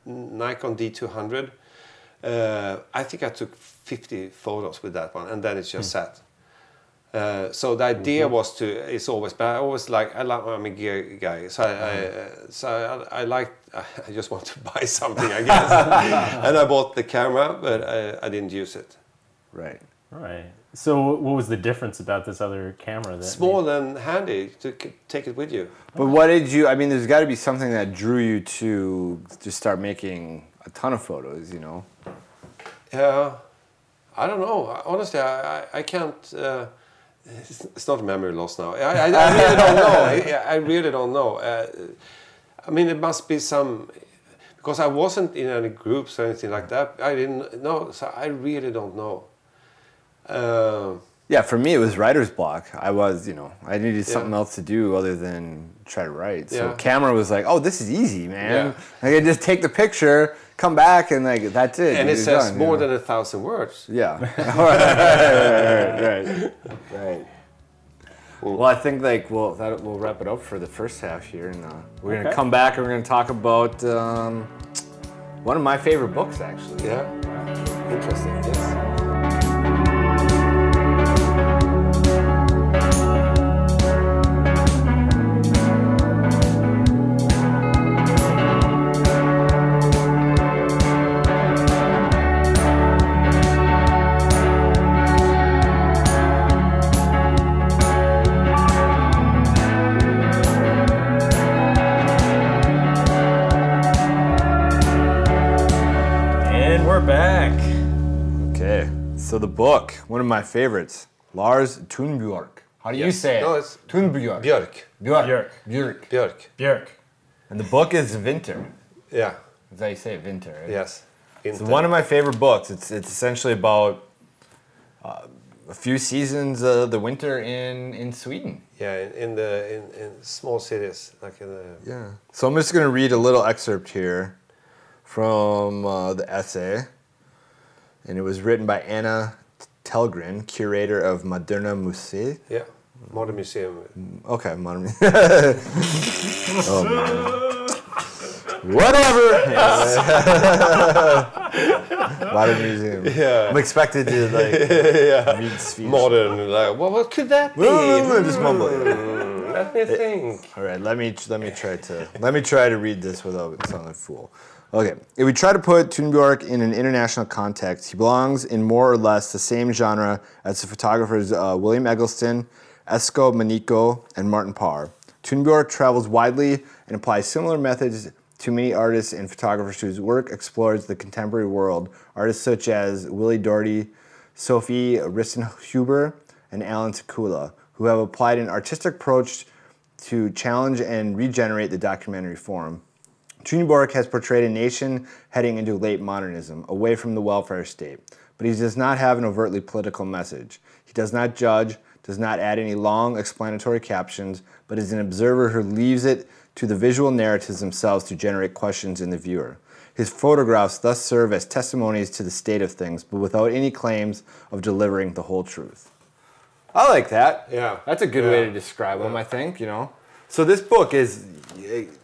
S3: Nikon D200. Uh, I think I took 50 photos with that one, and then it just sat. Uh, so the idea was to it's always but I always like I like I'm a gear guy so I, I uh, so I, I like (laughs) I just want to (laughs) buy something I guess and I bought the camera but I, I didn't use it
S2: Right.
S4: All right. So wh- what was the difference about this other camera? That
S3: small and handy to c- take it with you
S2: But what did you? I mean, there's got to be something that drew you to just start making a ton of photos. You know.
S3: yeah I don't know honestly I, I, I can't uh, it's, it's not memory loss now. I, I, I really don't know. I, I really don't know. Uh, I mean, it must be some because I wasn't in any groups or anything like that. I didn't know, so I really don't know. Uh,
S2: Yeah, for me it was writer's block. I was, you know, I needed something else to do other than try to write. So
S3: Yeah.
S2: camera was like, oh, this is easy, man.
S3: Yeah.
S2: Like I just take the picture, come back, and like that's it.
S3: and it
S2: you're
S3: says
S2: done, you
S3: more
S2: know?
S3: than a thousand words.
S2: Yeah. (laughs) right, right, right, right, right. Well, I think like we'll that we'll wrap it up for the first half here, and uh, we're gonna
S4: Okay.
S2: come back and we're gonna talk about um, one of my favorite books, actually.
S3: Yeah, interesting. Yes.
S4: And we're back.
S2: Okay. So the book, one of my favorites, Lars Tunbjörk. How do you
S3: Yes.
S2: say it?
S3: No, it's
S2: Tunbjörk.
S3: Björk.
S2: Björk.
S4: Björk.
S2: Björk.
S3: Björk.
S4: Björk.
S2: And the book is Winter.
S3: Yeah.
S2: That's how you say it, Winter. Right?
S3: Yes.
S2: It's one of my favorite books. It's it's essentially about uh, a few seasons of the winter in in Sweden.
S3: yeah, in, in the in, in small cities like in the
S2: Yeah. So I'm just gonna read a little excerpt here from uh, the essay, and it was written by Anna Telgren, curator of Moderna Museet.
S3: yeah modern museum.
S2: Okay, modern. (laughs) oh, man. Oh, Whatever. (laughs) modern museum.
S3: Yeah.
S2: I'm expected to like read speech.
S3: Modern. Like, well, what could that be?
S2: just mumble.
S3: Let me think.
S2: All right, let me let me try to let me try to read this without sounding a fool. Okay, if we try to put Thunbjörk in an international context, he belongs in more or less the same genre as the photographers uh, William Eggleston, Esko Manico, and Martin Parr. Thunbjörk travels widely and applies similar methods to many artists and photographers whose work explores the contemporary world. Artists such as Willie Doherty, Sophie Rissenhuber, and Alan Sekula, who have applied an artistic approach to challenge and regenerate the documentary form. Trunborg has portrayed a nation heading into late modernism, away from the welfare state, but he does not have an overtly political message. He does not judge, does not add any long explanatory captions, but is an observer who leaves it to the visual narratives themselves to generate questions in the viewer. His photographs thus serve as testimonies to the state of things, but without any claims of delivering the whole truth. I like that.
S3: Yeah.
S2: That's a good
S3: Yeah.
S2: way to describe them, I think, you know. So this book is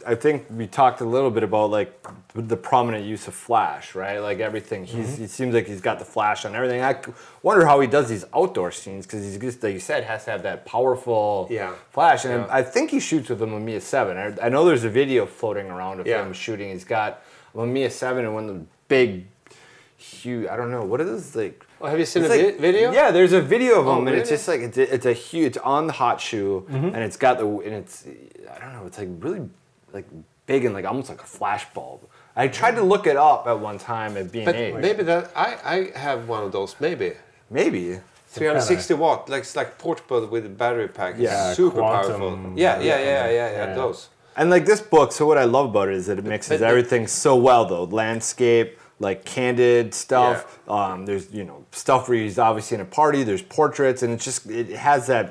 S2: I think we talked a little bit about like the prominent use of flash, right? Like everything. He's
S3: Mm-hmm.
S2: it seems like he's got the flash on everything. I c- wonder how he does these outdoor scenes cuz he's just like you said has to have that powerful
S3: Yeah.
S2: flash and
S3: Yeah.
S2: I think he shoots with a Mamiya 7. I, I know there's a video floating around of
S3: Yeah.
S2: him shooting. He's got a Mamiya 7 and one of the big huge I don't know what are those like
S3: Oh, have you seen
S2: it's
S3: a
S2: like-
S3: vi- video? Oh,
S2: Yeah, there's a video of him, and it's
S3: really?
S2: just like it's, it's a huge. It's on the hot shoe, and it's got the and it's I don't know. It's like really like big and like almost like a flash bulb. I tried to look it up at one time at B and
S3: But
S2: A.
S3: maybe that I, I have one of those maybe.
S2: Maybe.
S3: 360 watt, like it's like portable with a battery pack. It's
S2: Yeah,
S3: super
S4: quantum.
S3: powerful. Yeah, yeah, yeah, yeah, yeah,
S4: Yeah.
S3: Those.
S2: And like this book, so what I love about it is that it mixes
S3: but-
S2: everything so well, though landscape, like candid stuff.
S3: Yeah.
S2: Um, there's you know stuff where he's obviously in a party. There's portraits, and it's just it has that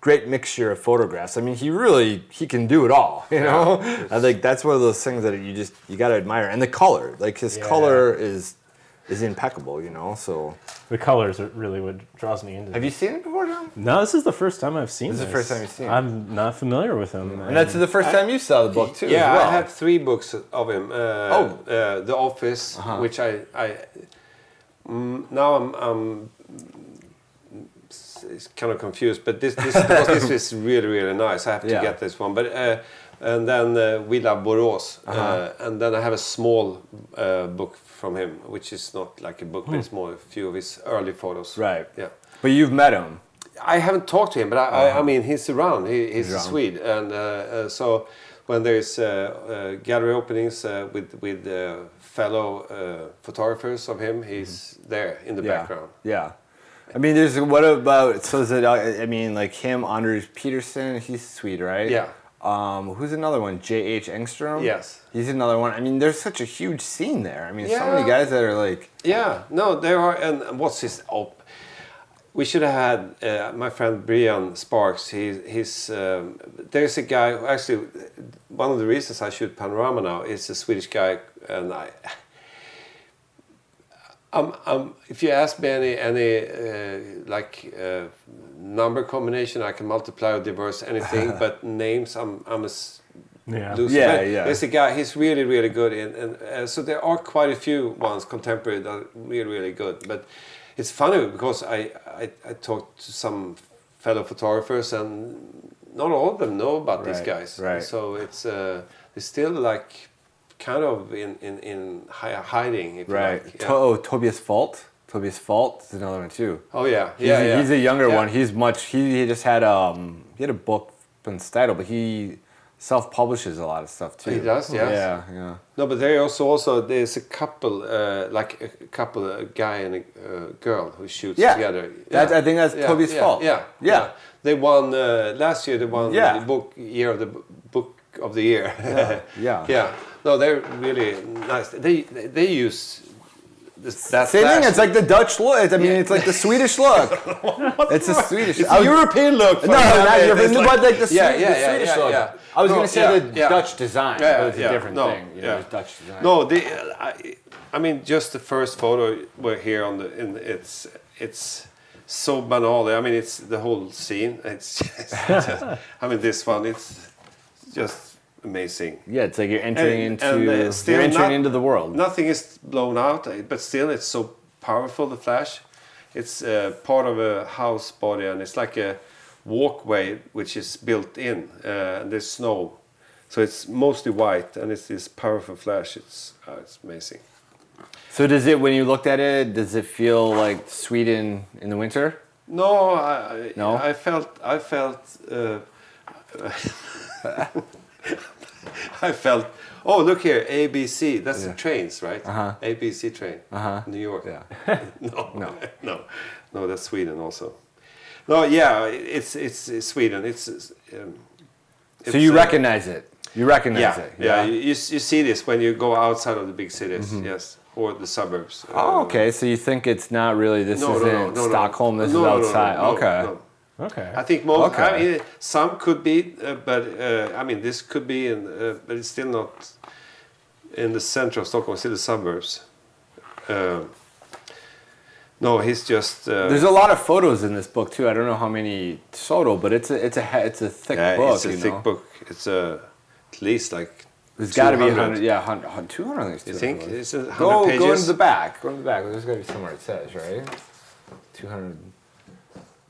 S2: great mixture of photographs. I mean, he really he can do it all. (laughs) You know, I think that's one of those things that you just you gotta admire, and the color, like his
S4: Yeah.
S2: color is is impeccable. You know, so
S4: The colors are really what draws me into.
S2: have you seen it before, John?
S4: No, this is the first time I've seen.
S2: This is the first time you've seen it. Mm-hmm.
S4: I'm not familiar with him.
S2: And that's the first time you saw the book too.
S3: Yeah,
S2: as well.
S3: I have three books of him. Uh,
S2: Oh. Uh-huh.
S3: uh, The Office, which I, I mm, now I'm, I'm s- it's kind of confused, but
S2: (laughs)
S3: this this because this is really really nice. I have to
S2: Yeah.
S3: get this one, but. Uh, and then uh, We Love Borås. uh
S2: Uh-huh.
S3: and then I have a small uh, book from him, which is not like a book, but it's more a few of his early photos.
S2: Hmm. Right.
S3: Yeah.
S2: But you've met him.
S3: I haven't talked to him, but I, I, I mean, he's around. He, he's,
S2: Uh-huh. around.
S3: a Swede, and uh, uh, so when there's uh, uh, gallery openings uh, with with uh, fellow uh, photographers of him, he's there in the
S2: Mm-hmm. Yeah.
S3: background.
S2: Yeah. I mean, there's what about so is it? uh, I mean, like him, Anders Peterson. He's Swede, right?
S3: Yeah.
S2: Um, who's another one? J. H. Engstrom.
S3: Yes.
S2: He's another one. I mean, there's such a huge scene there. I mean, so many
S3: Yeah.
S2: guys that are like,
S3: Yeah, no, there are. And what's his? Oh, we should have had uh, my friend Brian Sparks. He, he's um, there's a guy who actually one of the reasons I shoot Panorama now is a Swedish guy, and I. Um, um, if you ask me any any uh, like uh, number combination, I can multiply or reverse anything, but names, I'm I'm a s-
S4: Yeah.
S3: loose
S2: Yeah,
S3: friend.
S2: yeah.
S3: There's a guy. He's really, really good. In, and uh, so there are quite a few ones contemporary that are really, really good. But it's funny because I, I, I talked to some fellow photographers, and not all of them know about these
S2: Right,
S3: guys.
S2: right.
S3: So it's uh, they're still like kind of in in in hi- hiding,
S2: right?
S3: if You like.
S2: To-
S3: Yeah.
S2: oh, Tobias Fault. Tobias Fault is another one too.
S3: oh yeah,
S2: He's,
S3: yeah,
S2: a,
S3: yeah.
S2: he's a younger
S3: Yeah.
S2: one. He's much. He, he just had um he had a book in Steidel, but he self publishes a lot of stuff too.
S3: He does, yes.
S2: Yeah, yeah.
S3: No, but there also also there's a couple uh, like a couple a guy and a uh, girl who shoots
S2: Yeah.
S3: together.
S2: That- I think that's Toby's
S3: yeah,
S2: fault.
S3: Yeah,
S2: Yeah.
S3: They won uh, last year. They won
S2: Yeah.
S3: the book year of the b- book of the year. (laughs) Yeah.
S2: yeah.
S3: No, they're really nice. They they, they use this, that
S2: Same
S3: flash.
S2: thing. It's like the Dutch look. I mean, it's like the Swedish
S3: (laughs)
S2: look. it's a Swedish. It's a European look. No,
S3: fuck.
S2: not European,
S3: It's
S2: but like the,
S3: Yeah,
S2: Swe-
S3: yeah,
S2: the
S3: yeah,
S2: Swedish
S3: yeah,
S2: look.
S3: yeah.
S2: I was
S3: No,
S2: gonna say
S3: yeah,
S2: the
S3: yeah.
S2: Dutch design,
S3: Yeah,
S2: but it's
S3: yeah,
S2: a different
S3: no,
S2: thing. You know,
S3: yeah.
S2: it's Dutch design.
S3: No, the I, I mean just the first photo we're here on the in it's it's so banal. I mean it's the whole scene. It's (laughs) just, I mean this one it's just amazing.
S2: Yeah, it's like you're entering
S3: And-
S2: into
S3: and, uh,
S2: you're
S3: still
S2: entering
S3: not-
S2: into the world.
S3: Nothing is blown out, eh, but still it's so powerful. The flash, it's uh, part of a house body, and it's like a walkway which is built in. Uh, and there's snow, so it's mostly white, and it's this powerful flash. It's uh, it's amazing.
S2: So does it when you looked at it? Does it feel like Sweden in the winter?
S3: No, I I-
S2: No?
S3: I felt I felt uh, (laughs) I felt. Oh, look here, ABC. That's the trains, right? Uh-huh. ABC train, uh-huh. New York. (laughs)
S2: (laughs)
S3: Yeah. no, no, no, no. That's Sweden also. No, yeah, it's it's, it's Sweden. It's. it's, Um,
S2: so
S3: it's,
S2: you
S3: uh,
S2: recognize it. You recognize
S3: Yeah,
S2: it.
S3: yeah. You, you s- you see this when you go outside of the big cities, yes, or the suburbs.
S2: Mm-hmm. Oh,
S3: uh,
S2: okay. So you think it's not really this
S3: No, no,
S2: isn't
S3: no, no, no.
S2: Stockholm, this
S3: No, no, no,
S2: is
S3: no,
S2: outside.
S3: no,
S2: okay.
S3: no.
S4: Okay.
S3: I think most. I
S2: Okay.
S3: mean, some could be, uh, but uh, I mean, this could be, in, uh, but it's still not in the center of Stockholm. It's still the suburbs. Um, no, he's just. Uh,
S2: There's a lot of photos in this book too. I don't know how many total, but it's a it's a he- it's a thick
S3: yeah,
S2: book.
S3: it's a
S2: you
S3: thick
S2: know?
S3: book. It's a at least like.
S2: There's got to be
S3: 200.
S2: 100, yeah, 100, 100, 200. I think
S3: You
S2: it's
S3: think
S2: 200.
S3: it's a hundred
S2: Go
S3: pages?
S2: go into the back. Go into the back. There's got to be somewhere it says right. 200.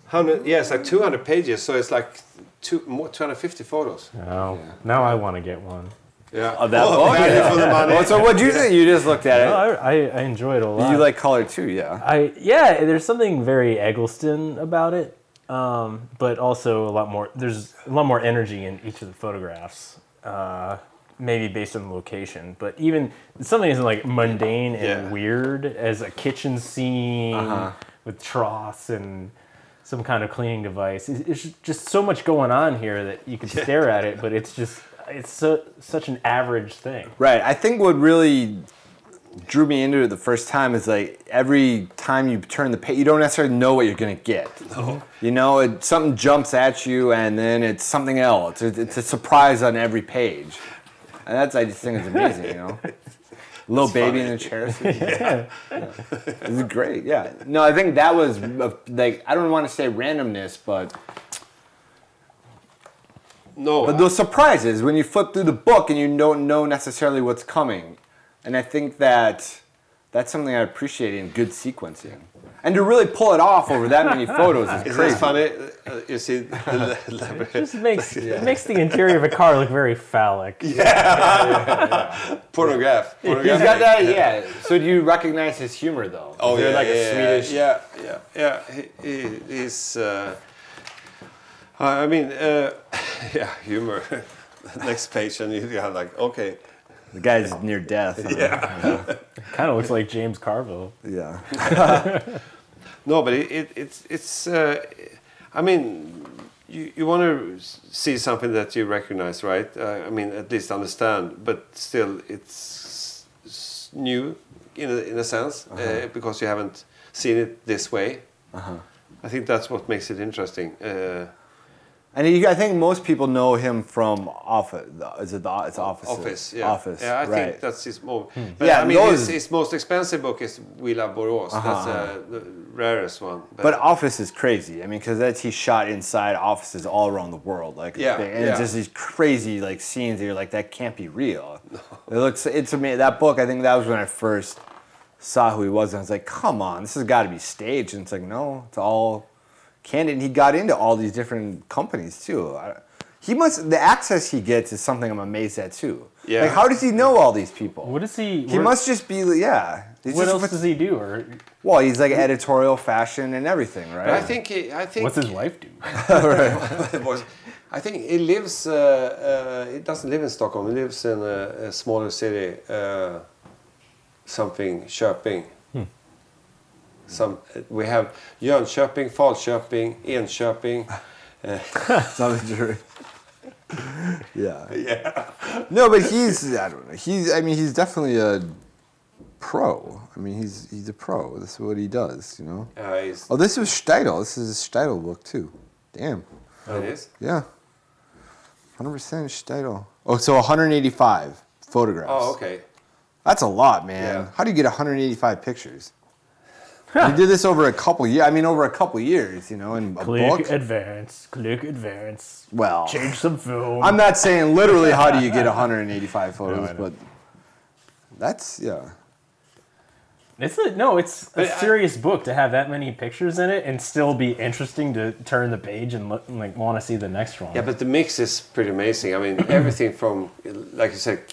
S3: hundred. Yes, like two hundred pages. So it's like two more two hundred fifty photos.
S4: Oh, now I want to get one.
S3: Yeah. Oh,
S2: Of Oh, that book?
S3: value
S2: Yeah.
S3: for the
S2: (laughs)
S3: money.
S2: Well, so what do you think? You just looked
S4: No,
S2: at
S4: I, I, I enjoy it a
S2: it.
S4: lot.
S2: You like color too, yeah.
S4: I yeah. There's something very Eggleston about it, um, but also a lot more. There's a lot more energy in each of the photographs. Uh, maybe based on the location, but even something as like mundane and
S3: Yeah.
S4: weird as a kitchen scene with troughs and some kind of cleaning device. It's, it's just so much going on here that you can stare at it, but it's just it's so, such an average thing.
S2: Right. I think what really drew me into it the first time is like every time you turn the page, you don't necessarily know what you're gonna get. No. You know, it, something jumps at you, and then it's something else. It, it's a surprise on every page, and that's I just think is amazing. You know, little baby in the chair. seat. This is great. Yeah. No, I think that was uh, like I don't want to say randomness, but
S3: no.
S2: But those surprises when you flip through the book and you don't know necessarily what's coming. And I think that that's something I appreciate in good sequencing. And to really pull it off over that many photos
S3: (laughs)
S2: is
S3: Is
S2: crazy.
S3: that funny? Uh, you
S2: (laughs)
S3: see, the le-
S4: It just makes it makes the interior of a car look very
S2: (laughs)
S4: phallic.
S3: pornograph.
S2: He's
S3: pornograph.
S2: got that, yeah. So do you recognize his humor though?
S3: Oh
S2: Is there
S3: yeah,
S2: like
S3: yeah,
S2: a
S3: yeah,
S2: Swedish.
S3: yeah, yeah, yeah. He, he, he's. Uh, I I mean, uh, (laughs) yeah, humor. (laughs) Next page, and you are like, okay,
S2: The guy's near death.
S4: Kind of looks like James Carville.
S2: yeah.
S3: No, but it, it, it's it's. Uh, I mean, you you want to see something that you recognize, right? Uh, I mean, at least understand. But still, it's s- new in a, in a sense uh
S2: Uh-huh.
S3: because you haven't seen it this way. I think that's what makes it interesting. Uh,
S2: And he, I think most people know him from office. Is it the it's office?
S3: office, yeah,
S2: Office.
S3: Yeah, I
S2: right. Hmm.
S3: think that's his more. But
S2: Yeah,
S3: I mean,
S2: those-
S3: his, his most expensive book is We Love Borås. That's uh, the rarest one.
S2: But Office is crazy. I mean, because that's he shot inside offices all around the world. Like,
S3: Yeah,
S2: and it's
S3: yeah.
S2: just these crazy like scenes. That you're like, that can't be
S3: (laughs)
S2: real. It looks. It's amazing. That book. I think that was when I first saw who he was, and I was like, come on, this has got to be staged. And it's like, no, it's all candid. And he got into all these different companies too. I, he must. The access he gets is something I'm amazed at too.
S3: Yeah.
S2: Like, how does he know all these people?
S4: What is he?
S2: He
S4: what-
S2: must just be. Yeah. He's
S4: What
S2: just,
S4: else does he do? Or
S2: Well, he's like editorial, fashion, and everything, right?
S3: I think he, I think
S4: what's his wife
S2: (laughs)
S4: do?
S3: (laughs) was- I think he lives. Uh, uh, he doesn't live in Stockholm. He lives in a, a smaller city, uh, something Köping.
S2: Hmm.
S3: Some we have Jönköping, Falköping, Enköping.
S2: Something true. yeah. (laughs) Yeah. No, but he's I don't know. He's I mean he's definitely a pro. I mean he's he's a pro. This is what he does, you know.
S3: Uh, is,
S2: Oh, this was Steidel. This is a Steidel book too. Damn.
S3: it is.
S2: Yeah. Hundred percent Steidel. Oh, so 185 photographs.
S3: Oh, okay.
S2: That's a lot, man.
S3: Yeah.
S2: How do you get 185
S3: (laughs)
S2: pictures? He did this over a couple years. I mean, over a couple years, you know, in a book.
S4: Click advance. Click advance.
S2: well,
S4: Change some film.
S2: I'm not saying literally how do you get 185 photos,
S4: I know.
S2: but that's yeah.
S4: It's a, no, it's a
S3: But I-
S4: serious book to have that many pictures in it and still be interesting to turn the page and look, and, like want to see the next one.
S3: Yeah, but the mix is pretty amazing. I mean, everything from, like you said,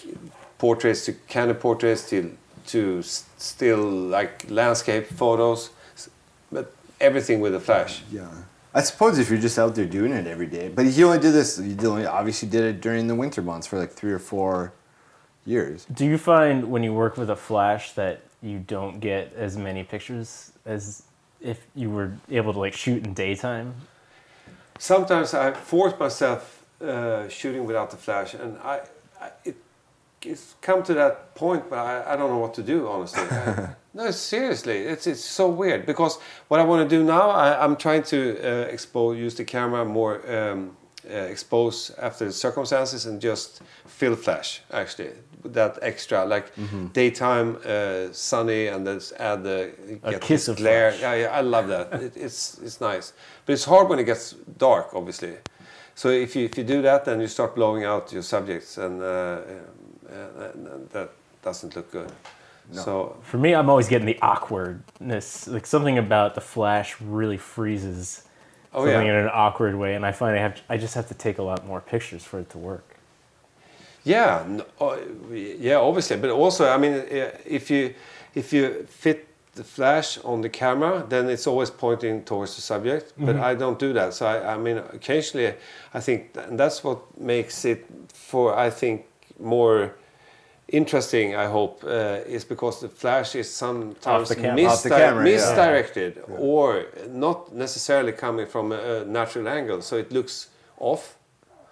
S3: portraits to candid portraits to to s- still like landscape photos, s- but everything with a flash.
S2: Yeah. I suppose if you're just out there doing it every day, but he only did this. He did- only obviously did it during the winter months for like three or four years.
S4: Do you find when you work with a flash that you don't get as many pictures as if you were able to like shoot in daytime?
S3: Sometimes I force myself uh, shooting without the flash, and I, I it, it's come to that point, but I, I don't know what to do honestly. I- no, seriously, it's it's so weird because what I want to do now, I, I'm trying to uh, expose, use the camera more, um, uh, expose after the circumstances, and just fill flash actually that extra like
S4: Mm-hmm.
S3: daytime uh, sunny, and then add the
S4: A
S3: get
S4: kiss
S3: this
S4: of
S3: glare.
S4: flash.
S3: Yeah, yeah, I love that. It, it's it's nice, but it's hard when it gets dark, obviously. So if you if you do that, then you start blowing out your subjects, and, uh, uh, and- and that doesn't look good. So
S4: For me, I'm always getting the awkwardness, like something about the flash really freezes
S3: oh
S4: something in
S3: yeah,
S4: an awkward way, and I find I have I just have to take a lot more pictures for it to work.
S3: yeah, n- oh, yeah, obviously. But also, I mean, eh, if you if you fit the flash on the camera, then it's always pointing towards the subject. But
S2: Mm-hmm.
S3: I don't do that. So I, I mean, occasionally, I think, th- and that's what makes it for I think more. interesting, I hope, uh, is because the flash is sometimes
S4: Off the cam-
S3: misdi-
S2: off the camera, yeah.
S3: misdirected or not necessarily coming from a, a natural angle, so it looks off.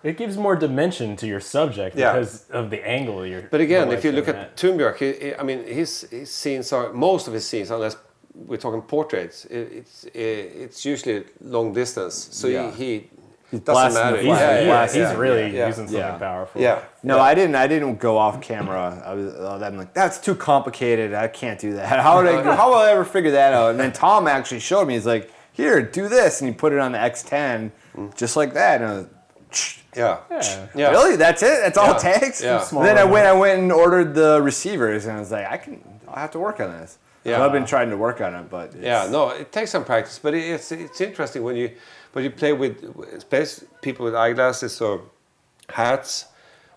S4: It gives more dimension to your subject
S3: Yeah.
S4: because of the angle you're.
S3: But again,
S4: the
S3: if you
S4: light's
S3: look
S4: in
S3: at Thunbjörk, he, he- I mean, his, his scenes are most of his scenes, unless we're talking portraits, i it's i it's usually long distance, so
S2: Yeah.
S3: he, he doesn't
S2: blasting
S3: matter.
S2: the
S4: He's,
S2: flash.
S4: yeah,
S2: Yeah,
S4: he's really
S3: yeah,
S4: using something
S2: yeah.
S4: powerful.
S3: Yeah.
S2: No, I didn't. I didn't go off camera. I was. uh, I'm like, that's too complicated. I can't do that. (laughs) How would I, how will I ever figure that out? And then Tom actually showed me. He's like, here, do this, and he put it on the X10, just like that. And I was,
S3: Yeah.
S4: Yeah.
S3: Yeah.
S2: really, that's it. That's all it
S3: Yeah.
S2: takes.
S3: Yeah.
S2: And Then I went. I went and ordered the receivers, and I was like, I can. I have to work on this.
S3: Yeah.
S2: So I've been trying to work on it, but it's,
S3: Yeah, no, it takes some practice, but it- it's it's interesting when you when you play with space people with eyeglasses or hats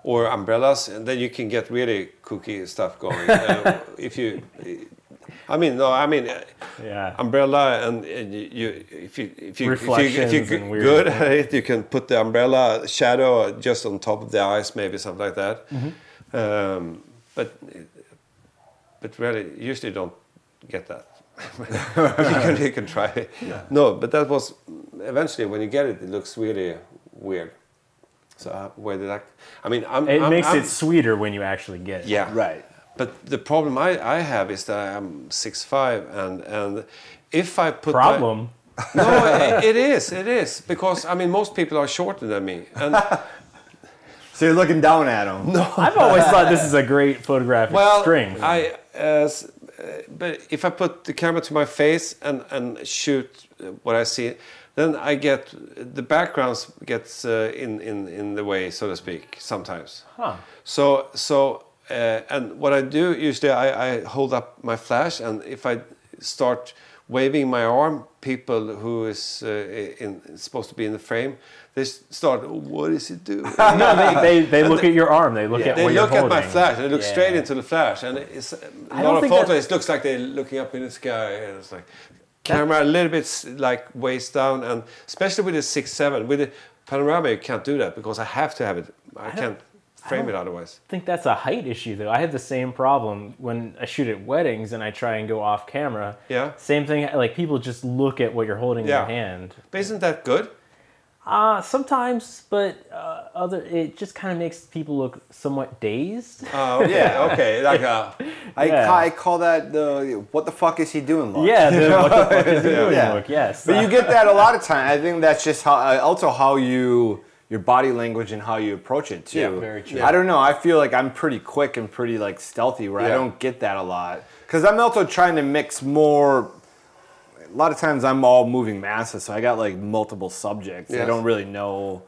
S3: or umbrellas, and then you can get really kooky stuff going. uh, (laughs) if you, I mean, no, I mean, uh,
S4: Yeah.
S3: umbrella and, and you, you if you if you if you if
S4: Reflections
S3: you're
S4: and
S3: g-
S4: weird
S3: good (laughs) at it, you can put the umbrella shadow just on top of the eyes, maybe something like that.
S4: Mm-hmm. (laughs)
S3: Um, but but really, usually don't get that. (laughs) you, can, you can try it. No, but that was eventually when you get it, it looks really weird. So uh, where did I? I mean, I'm.
S4: It
S3: I'm-
S4: makes
S3: I'm-
S4: it sweeter when you actually get it.
S3: Yeah.
S2: Right.
S3: But the problem I, I have is that I'm six five and and if I put my-
S4: Problem.
S3: no,
S4: (laughs)
S3: i it is, it is because I mean most people are shorter than me, and
S2: So you're looking down at him. No.
S3: (laughs)
S4: I've always thought this is a great photographic
S3: well, (laughs)
S4: string.
S3: I uh, s- uh, but if I put the camera to my face and and shoot uh, what I see, then I get the backgrounds gets uh, in in in the way, so to speak, sometimes.
S4: Huh.
S3: So so uh, and what I do usually I, I hold up my flash and if I start waving my arm, people who is uh, in supposed to be in the frame, they s- start. What is it do?
S4: no, they, they, they look at your arm. They look at
S3: they
S4: what
S3: look at
S4: you're holding.
S3: my flash. They look
S4: Yeah.
S3: straight into the flash, and it's a
S4: don't
S3: lot of
S4: think
S3: photos.
S4: that-
S3: It looks like they're looking up in the sky, and it's like camera a little bit s- like waist down, and especially with the six seven with the panorama, you can't do that because I have to have it. I, can't frame it otherwise.
S4: I think that's a height issue though. I had the same problem when I shoot at weddings and I try and go off camera.
S3: Yeah.
S4: Same thing. Like people just look at what you're holding
S3: Yeah.
S4: in your hand.
S3: But isn't that
S4: (laughs)
S3: good?
S4: Uh, sometimes, but uh, other it just kind of makes people look somewhat dazed.
S2: Uh,
S3: Oh, okay, yeah. Okay. Like, uh,
S2: I,
S4: Yeah.
S2: ca- I call that the what the fuck is he doing look.
S4: (laughs) yeah. The, what the fuck is he doing?
S2: (laughs) Yeah.
S4: Look. Yes.
S2: But you get that a lot of time. I think that's just how uh, also how you your body language and how you approach it too.
S3: Yeah, very true.
S2: I don't know. I feel like I'm pretty quick and pretty like stealthy where I
S3: Yeah.
S2: don't get that a lot because I'm also trying to mix more. A lot of times I'm all moving masses, so I got like multiple subjects. I
S5: Yes.
S2: don't really know.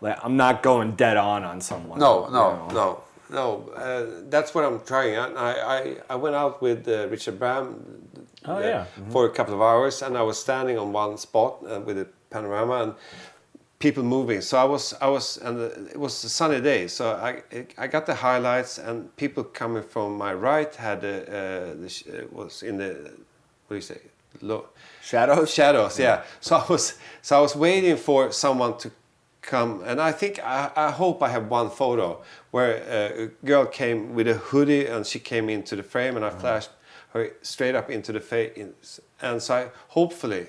S2: Like I'm not going dead on on someone.
S3: No,
S2: you
S3: no,
S2: know?
S3: no, no. Uh, that's what I'm trying. And I, I, I went out with uh, Richard Bram. uh,
S4: Oh, yeah.
S3: For a couple of hours, and I was standing on one spot uh, with a panorama and people moving. So I was, I was, and uh, it was a sunny day. So I, I got the highlights, and people coming from my right had uh, uh, the sh- uh, was in the what do you say low
S2: Shadows?
S3: shadows yeah so i was so i was waiting for someone to come and i think i, I hope i have one photo where uh, a girl came with a hoodie and she came into the frame and i
S2: Mm.
S3: flashed her straight up into the face and so i hopefully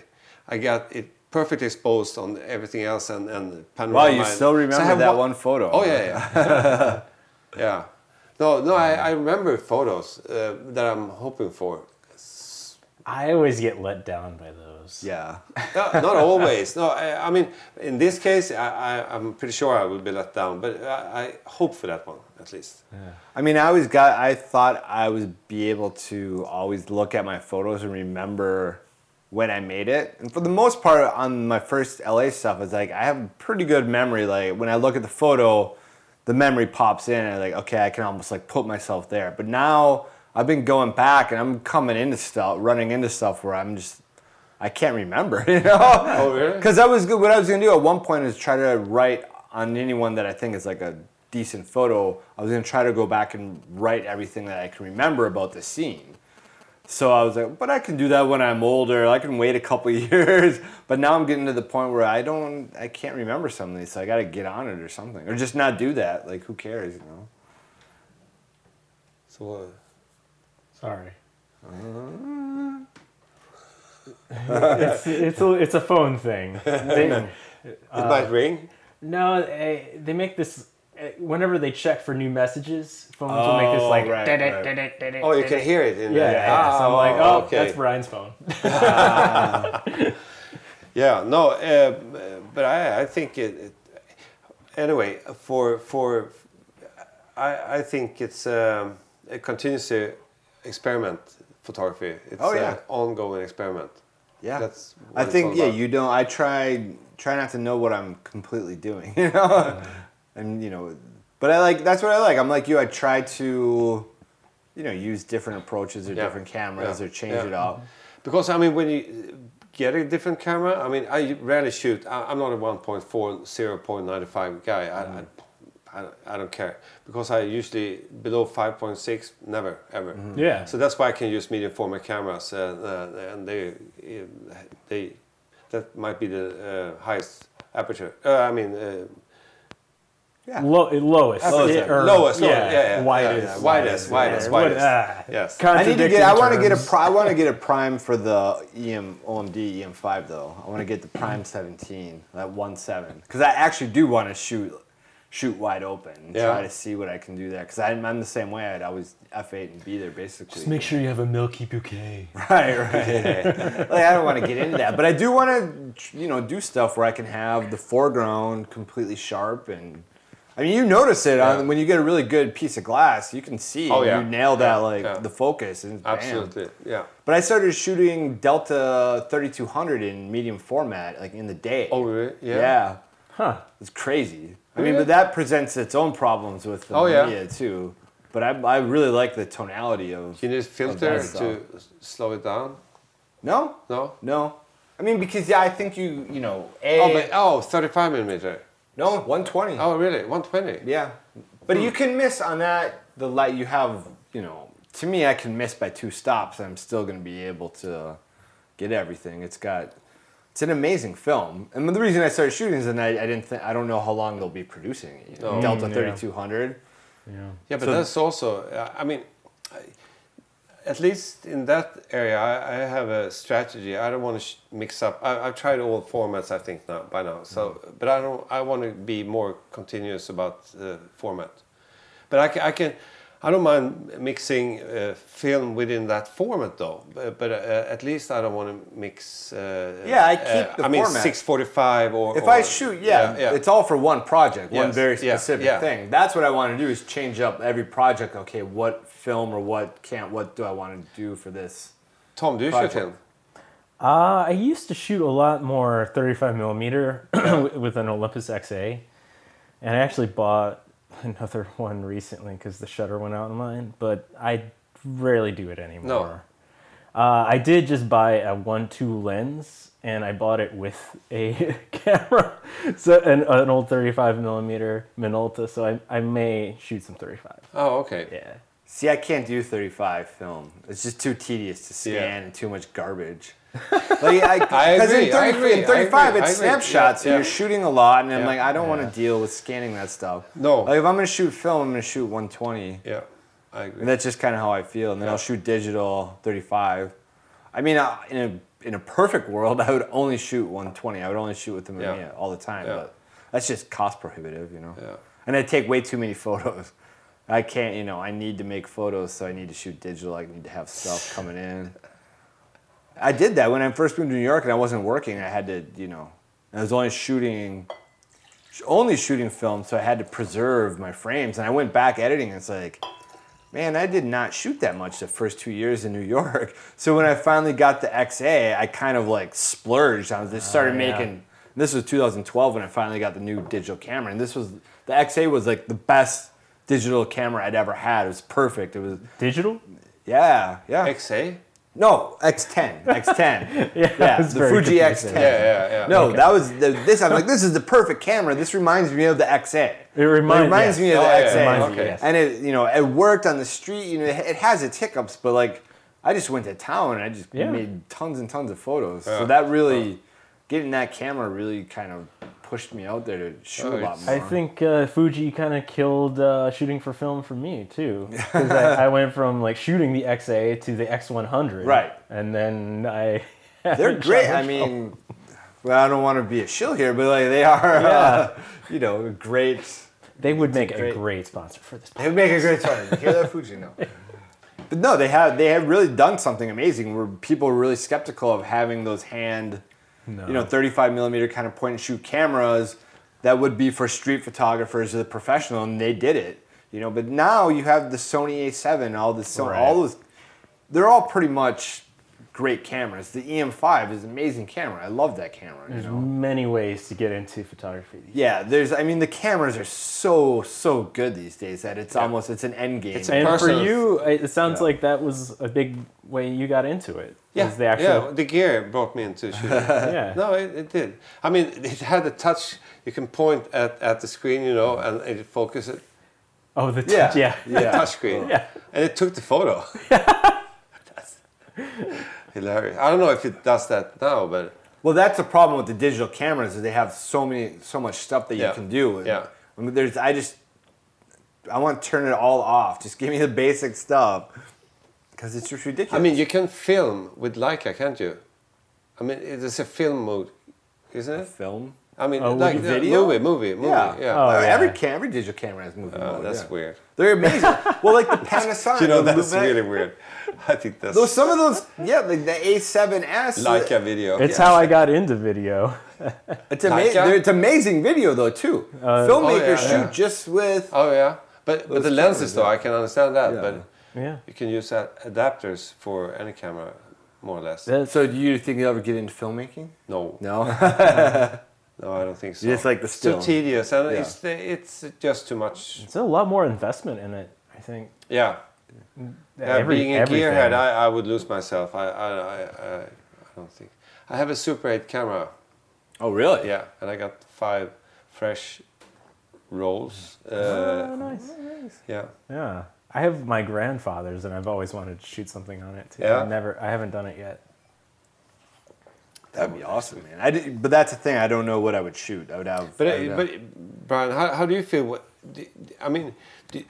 S3: i got it perfectly exposed on everything else and and
S2: Wow,
S3: panorama
S2: you still
S3: So I
S2: remember
S3: have
S2: that one, photo?
S3: Oh yeah, yeah,
S2: (laughs)
S3: yeah. No, no,
S2: Mm.
S3: I, I remember photos uh, that I'm hoping for.
S4: I always get let down by those.
S2: yeah.
S3: No, not always. No, I, I mean, in this case, I, I, I'm pretty sure I will be let down, but I, I hope for that one at least.
S2: I mean, I always got. I thought I would be able to always look at my photos and remember when I made it. And for the most part, on my first LA stuff, it's like I have a pretty good memory. Like when I look at the photo, the memory pops in, and I'm like, okay, I can almost like put myself there. But now I've been going back, and I'm coming into stuff, running into stuff where I'm just. I can't remember, (laughs) you know. Oh,
S3: really?
S2: Because I was good. What I was gonna do at one point is try to write on anyone that I think is like a decent photo. I was gonna try to go back and write everything that I can remember about the scene. So I was like, but I can do that when I'm older. I can wait a couple (laughs) years. But now I'm getting to the point where I don't, I can't remember some of these. So I gotta get on it or something, or just not do that. Like who cares, you know?
S3: So, uh,
S4: Sorry.
S2: Uh-huh.
S4: it's, it's, a, it's a
S2: (laughs)
S4: phone thing. They-
S3: it might ring.
S4: No, eh, they make this eh, whenever they check for new messages. Phones will make this
S2: Oh,
S4: like.
S2: right,
S4: "Did it,
S2: right.
S4: did it, did it,
S3: Oh, you
S4: did
S3: can
S4: it."
S3: hear it in
S4: Yeah,
S3: the.
S4: yeah. So I'm like,
S3: Ah,
S4: oh, that's Brian's phone. (laughs)
S3: Yeah, no, uh, but I, I think it, it. Anyway, for for, I I think it's um, a continuous uh, experiment photography. It's
S2: Oh, yeah.
S3: an ongoing experiment.
S2: Yeah.
S3: That's
S2: I
S3: what it's
S2: think
S3: all
S2: yeah,
S3: about.
S2: you don't I try try not to know what I'm completely doing, (laughs) you know? and you know but I like that's what I like. I'm like you, I try to you know, use different approaches or
S3: Yeah.
S2: different cameras
S3: Yeah.
S2: or change
S3: Yeah. Mm-hmm.
S2: it up.
S3: Because I mean, when you get a different camera, I mean, I rarely shoot. I, I'm not a 1.4, 0.95 guy. I,
S4: Mm.
S3: I, I, I don't care because I usually below 5.6, never ever.
S4: Yeah.
S3: So that's why I can use medium format cameras, uh, uh, and they they that might be the uh, highest aperture. Uh, I mean. Uh, Yeah.
S4: Low, lowest.
S3: Lowest,
S4: or-
S3: lowest,
S4: Yeah,
S3: lowest, yeah, yeah,
S4: Widest.
S3: yeah, yeah, widest, widest, widest.
S4: ah,
S3: Yes.
S2: I need to get. I want to get a.
S4: contradicting
S2: Pri- I want to get a prime for the E EM OMD EM five though. I want to get the prime seventeen, that one seven, because I actually do want to shoot, shoot wide open, and
S3: Yeah.
S2: try to see what I can do there. Because I'm, I'm the same way. I'd always f eight and be there basically.
S5: Just make sure you have a milky bouquet.
S3: (laughs)
S2: Right, right. (laughs) like I don't want to get into that, but I do want to, you know, do stuff where I can have the foreground completely sharp and. I mean, you notice it on,
S3: Yeah.
S2: when you get a really good piece of glass. You can see
S3: Oh, yeah.
S2: you nail that
S3: Yeah,
S2: like
S3: yeah.
S2: the focus and bam.
S3: Absolutely. Yeah.
S2: But I started shooting Delta 3200 in medium format, like in the day.
S3: Oh, really?
S2: yeah.
S3: Yeah.
S4: Huh.
S2: It's crazy. I mean,
S3: Really?
S2: but that presents its own problems with the
S3: Oh, yeah.
S2: media too. But I, I really like the tonality of.
S3: You
S4: Oh,
S3: need filter
S2: that's
S3: to s- slow it down.
S2: No,
S3: No.
S2: no. I mean, because yeah, I think you, you know, a
S3: Oh, but, oh, 35 millimeter.
S2: no 120.
S3: Oh, Hmm. really? 120.
S2: Yeah, but you can miss on that. The light you have, you know, to me, I can miss by two stops. I'm still going to be able to get everything. It's got, it's an amazing film. And the reason I started shooting is, and I, I didn't, think I don't know how long they'll be producing it. You know?
S3: No.
S2: Delta
S4: yeah.
S2: 3200.
S3: Yeah, but
S2: So-
S3: that's also. uh, I mean, I, at least in that area, I, I have a strategy. I don't want to sh- mix up. I, I've tried all formats. I think now by now. So,
S2: Mm-hmm.
S3: but I don't. I want to be more continuous about uh, format. But I can. I can I don't mind mixing uh, film within that format though, but, but uh, at least I don't want to mix. Uh,
S2: Yeah, I keep
S3: uh,
S2: the
S3: I mean,
S2: format.
S3: 645 or.
S2: If
S3: or-
S2: I shoot, yeah, it's all for one project, one
S3: Yes,
S2: very
S3: yeah,
S2: specific
S3: yeah.
S2: thing. That's what I want to do is change up every project. Okay, what film or what can't, what do I want to do for this?
S3: Tom, do you shoot
S2: project.
S3: film?
S4: Uh, I used to shoot a lot more 35 millimeter (coughs) with- with an Olympus XA, and I actually bought another (laughs) one recently because the shutter went out on mine. But I rarely do it anymore. Uh, I did just buy a one-two lens, and I bought it with a (laughs) camera, so an, an old 35 millimeter Minolta. So I, I may shoot some 35.
S3: Oh, okay.
S4: Yeah.
S2: See, I can't do 35 film. It's just too tedious to scan
S3: Yeah.
S2: and too much garbage. (laughs) like, I,
S3: (laughs) I
S2: 'cause
S3: agree,
S2: in,
S3: I agree,
S2: in
S3: I
S2: 35,
S3: agree,
S2: it's
S3: I agree.
S2: snapshots, so
S3: Yeah,
S2: you're
S3: yeah.
S2: shooting a lot, and I'm
S3: Yeah.
S2: like, I don't want to deal with scanning that stuff.
S3: No.
S2: Like, if I'm going to shoot film, I'm going to shoot 120.
S3: Yeah, I agree.
S2: And that's just kind of how I feel. And then I'll shoot digital 35. I mean, I, in a in a perfect world, (laughs) I would only shoot 120. I would only shoot with the Mamiya all the time.
S3: Yeah.
S2: But that's just cost prohibitive, you know.
S3: Yeah.
S2: And I take way too many (laughs) photos. I can't, you know. I need to make photos, so I need to shoot digital. I need to have stuff coming in. I did that when I first moved to New York, and I wasn't working. I had to, you know, I was only shooting only shooting film, so I had to preserve my frames. And I went back editing, and it's like, man, I did not shoot that much the first two years in New York. (laughs) So when I finally got the XA, I kind of like splurged. I was just started
S4: yeah.
S2: making. This was 2012 when I finally got the new digital camera, and this was the XA was like the best digital camera I'd ever had. It was perfect. It was
S4: Digital?
S2: yeah, yeah.
S3: XA?
S2: no, X10, X10. yeah,
S4: it's
S2: the
S4: very
S2: Fuji
S4: confusing.
S2: X10.
S3: Yeah, yeah, yeah.
S2: No, that was the, this. I'm like, this is the perfect camera. This reminds me of the XA.
S4: It remind-
S2: reminds
S4: yeah.
S2: me of
S3: Oh,
S2: the
S3: yeah,
S2: XA.
S3: reminds you, Okay. yes.
S2: And it, you know, it worked on the street. You know, it it has its hiccups, but like, I just went to town and I just
S4: Yeah.
S2: made tons and tons of photos.
S3: Yeah.
S2: So that really, getting that camera really kind of pushed me out there to shoot a
S3: Oh,
S2: lot
S3: it's-
S2: more.
S4: I think uh, Fuji kind of killed uh, shooting for film for me (laughs) too, because I, I went from like shooting the XA to the X100,
S2: Right.
S4: And then I (laughs)
S2: They're great. I mean, well, I don't want to be a shill here, but like, they are, uh, (laughs) you know, great.
S4: they would make
S2: great-
S4: a great sponsor for this.
S2: They would make a great target. You hear that, Fuji? No. But (laughs) no, they have they have really done something amazing where people were really skeptical of having those hand, you know, 35 millimeter kind of point and shoot cameras that would be for street photographers or the professional, and they did it. You know, but now you have the Sony A7, all the Sony,
S4: Right.
S2: all those, they're all pretty much great cameras. The EM5 is an amazing camera. I love that camera. You know?
S4: Many ways to get into photography.
S2: Yeah, there's. I mean, the cameras are so so good these days that it's almost it's an end game.
S4: And
S3: Personal-
S4: for you, it it sounds
S2: Yeah.
S4: like that was a big way you got into it.
S3: yeah,
S4: was the actual,
S3: yeah, the gear brought me into shooting.
S4: (laughs) yeah.
S3: no, it, it did. I mean, it had a touch. You can point at, at the screen, you know, and it focuses it.
S4: Oh, the t-
S2: Yeah.
S4: (laughs) yeah,
S3: the touch screen.
S4: Yeah.
S3: And it took the
S4: (laughs)
S3: photo. That's hilarious. I don't know if it does that now, but
S2: Well, that's the problem with the digital cameras is they have so many, so much stuff that
S3: Yeah.
S2: you can do.
S3: Yeah.
S2: I I mean, there's I just I want to turn it all off. Just give me the basic stuff because it's just ridiculous.
S3: I mean, you can film with Leica, can't you? I mean, it is a film mode, isn't it?
S2: film.
S3: I mean,
S4: Oh, with
S3: like
S2: video?
S3: movie, movie, movie.
S2: Yeah,
S3: Yeah,
S4: Oh,
S2: Uh, Every
S4: yeah.
S2: cam, every digital camera has movie
S3: Oh,
S2: mode.
S3: that's
S2: yeah.
S3: weird.
S2: They're amazing. well, like the Panasonic.
S3: (laughs) You know,
S2: the
S3: that's
S2: movement-
S3: really weird. (laughs) I think that's (laughs)
S2: Those some of those, yeah, like the A7S.
S3: Leica video.
S4: It's
S3: yeah.
S4: how I got into video. (laughs)
S2: It's amazing.
S3: Leica?
S2: It's amazing video though too.
S4: Uh,
S2: Filmmakers
S3: Oh, yeah,
S2: shoot
S3: yeah.
S2: just with.
S3: Oh yeah, but but the
S2: Those
S3: lenses
S2: cameras,
S3: though,
S2: yeah.
S3: I can understand that.
S2: Yeah.
S3: But
S4: Yeah.
S3: you can use ad- adapters for any camera, more or less.
S4: That's,
S2: So do you think you'll ever get into filmmaking?
S3: No, (laughs) no,
S2: No.
S3: I don't think so.
S2: Just like the
S3: It's too
S2: still.
S3: tedious, and
S2: Yeah.
S3: it's it's just too much.
S4: it's a lot more investment in it, I think.
S3: Yeah, yeah
S4: Every-
S3: being a
S4: everything.
S3: gearhead, I, I would lose myself. I I, I I I don't think I have a Super 8 camera.
S2: oh really?
S3: Yeah, and I got five fresh rolls. Uh,
S4: nice.
S3: Yeah.
S4: Yeah. I have my grandfather's and I've always wanted to shoot something on it too.
S3: Yeah?
S4: I've never I haven't done it yet.
S2: That'd be awesome, man. I did, but that's the thing. I don't know what I would shoot. I would have.
S3: But,
S2: I would
S3: uh,
S2: have-
S3: but Brian, how, how do you feel? What, do, I mean, do,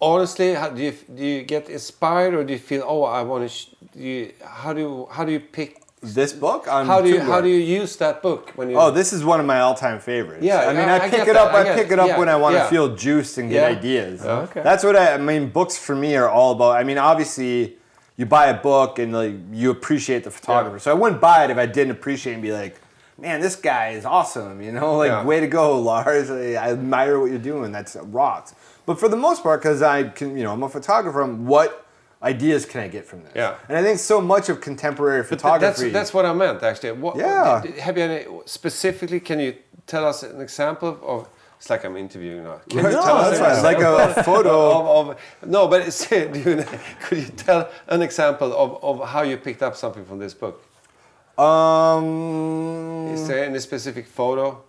S3: honestly, how, do you do you get inspired or do you feel? Oh, I want to. Sh- do you, how do you, how do you pick?
S2: this book on
S3: How do you
S2: Tumblr.
S3: how do you use that book when you?
S2: Oh, this is one of my all-time favorites.
S3: Yeah,
S2: I mean, I,
S3: I- I
S2: pick
S3: get
S2: it
S3: that,
S2: up.
S3: I
S2: I,
S3: get
S2: pick
S3: it,
S2: it up
S3: yeah,
S2: when I want to
S3: yeah.
S2: feel juiced and get
S3: Yeah. Oh,
S2: ideas.
S3: Okay.
S2: That's what I, I mean. Books for me are all about. I mean, obviously, you buy a book and like you appreciate the photographer.
S3: Yeah.
S2: So I wouldn't buy it if I didn't appreciate and be like, man, this guy is awesome. You know, like
S3: Yeah.
S2: way to go, (laughs) Lars. I I admire what you're doing. That's rocks. But for the most part, because I can, you know, I'm a photographer. I'm what ideas can I get from this?
S3: Yeah.
S2: And I think so much of contemporary
S3: But th-
S2: photography.
S3: That's that's what I meant actually. What,
S2: Yeah.
S3: d- d- have you any specifically? Can you tell us an example of? It's like I'm interviewing now. Can
S2: (laughs) No,
S3: you tell
S2: that's
S3: us an
S2: fine. Like uh, a
S3: example (laughs)
S2: photo.
S3: of, of no, but it's, (laughs) do you, could you tell an example of, of how you picked up something from this book?
S2: um.
S3: Is there any specific photo?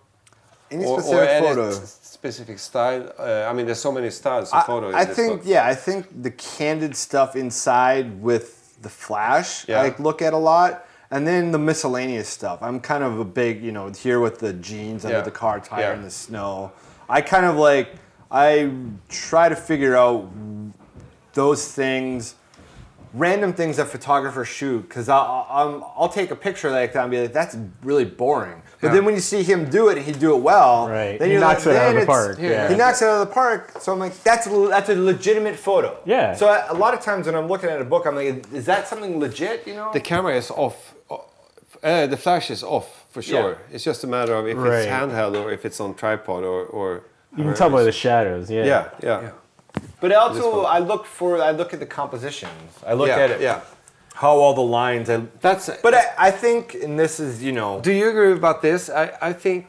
S2: Any
S3: or,
S2: specific
S3: or any
S2: photo?
S3: s- specific style? Uh, I mean, there's so many styles of
S2: I,
S3: photo. in
S2: I
S3: this
S2: think
S3: book.
S2: yeah, I think the candid stuff inside with the flash
S3: Yeah.
S2: I like look at a lot. And then the miscellaneous stuff. I'm kind of a big, you know, here with the jeans under
S3: Yeah.
S2: the car tire
S3: Yeah.
S2: in the snow. I kind of like I try to figure out those things random things that photographers shoot because I'll, I'll, I'll take a picture like that and be like, that's really boring. But
S3: Yeah.
S2: then when you see him do it, and he do it well.
S4: Right.
S2: Then
S4: He
S2: you're
S4: knocks
S2: like,
S4: it out of
S2: "Man,
S4: the
S2: it's-
S4: park." Yeah.
S2: He knocks it out of the park. So I'm like, that's a, le- that's a legitimate photo.
S4: Yeah.
S2: So I, a lot of times when I'm looking at a book, I'm like, is that something legit? You know.
S3: the camera is off. o- Uh, the flash is off for sure. It's just a matter of if
S4: Right.
S3: it's handheld or if it's on tripod or or.
S4: You can tell by the shadows, yeah.
S3: Yeah, yeah, yeah.
S2: but also,
S3: one.
S2: I look for I look at the compositions. I look
S3: yeah,
S2: at it. How all the lines. I,
S3: That's.
S2: but I, I think, and this is you know.
S3: do you agree about this? I I think,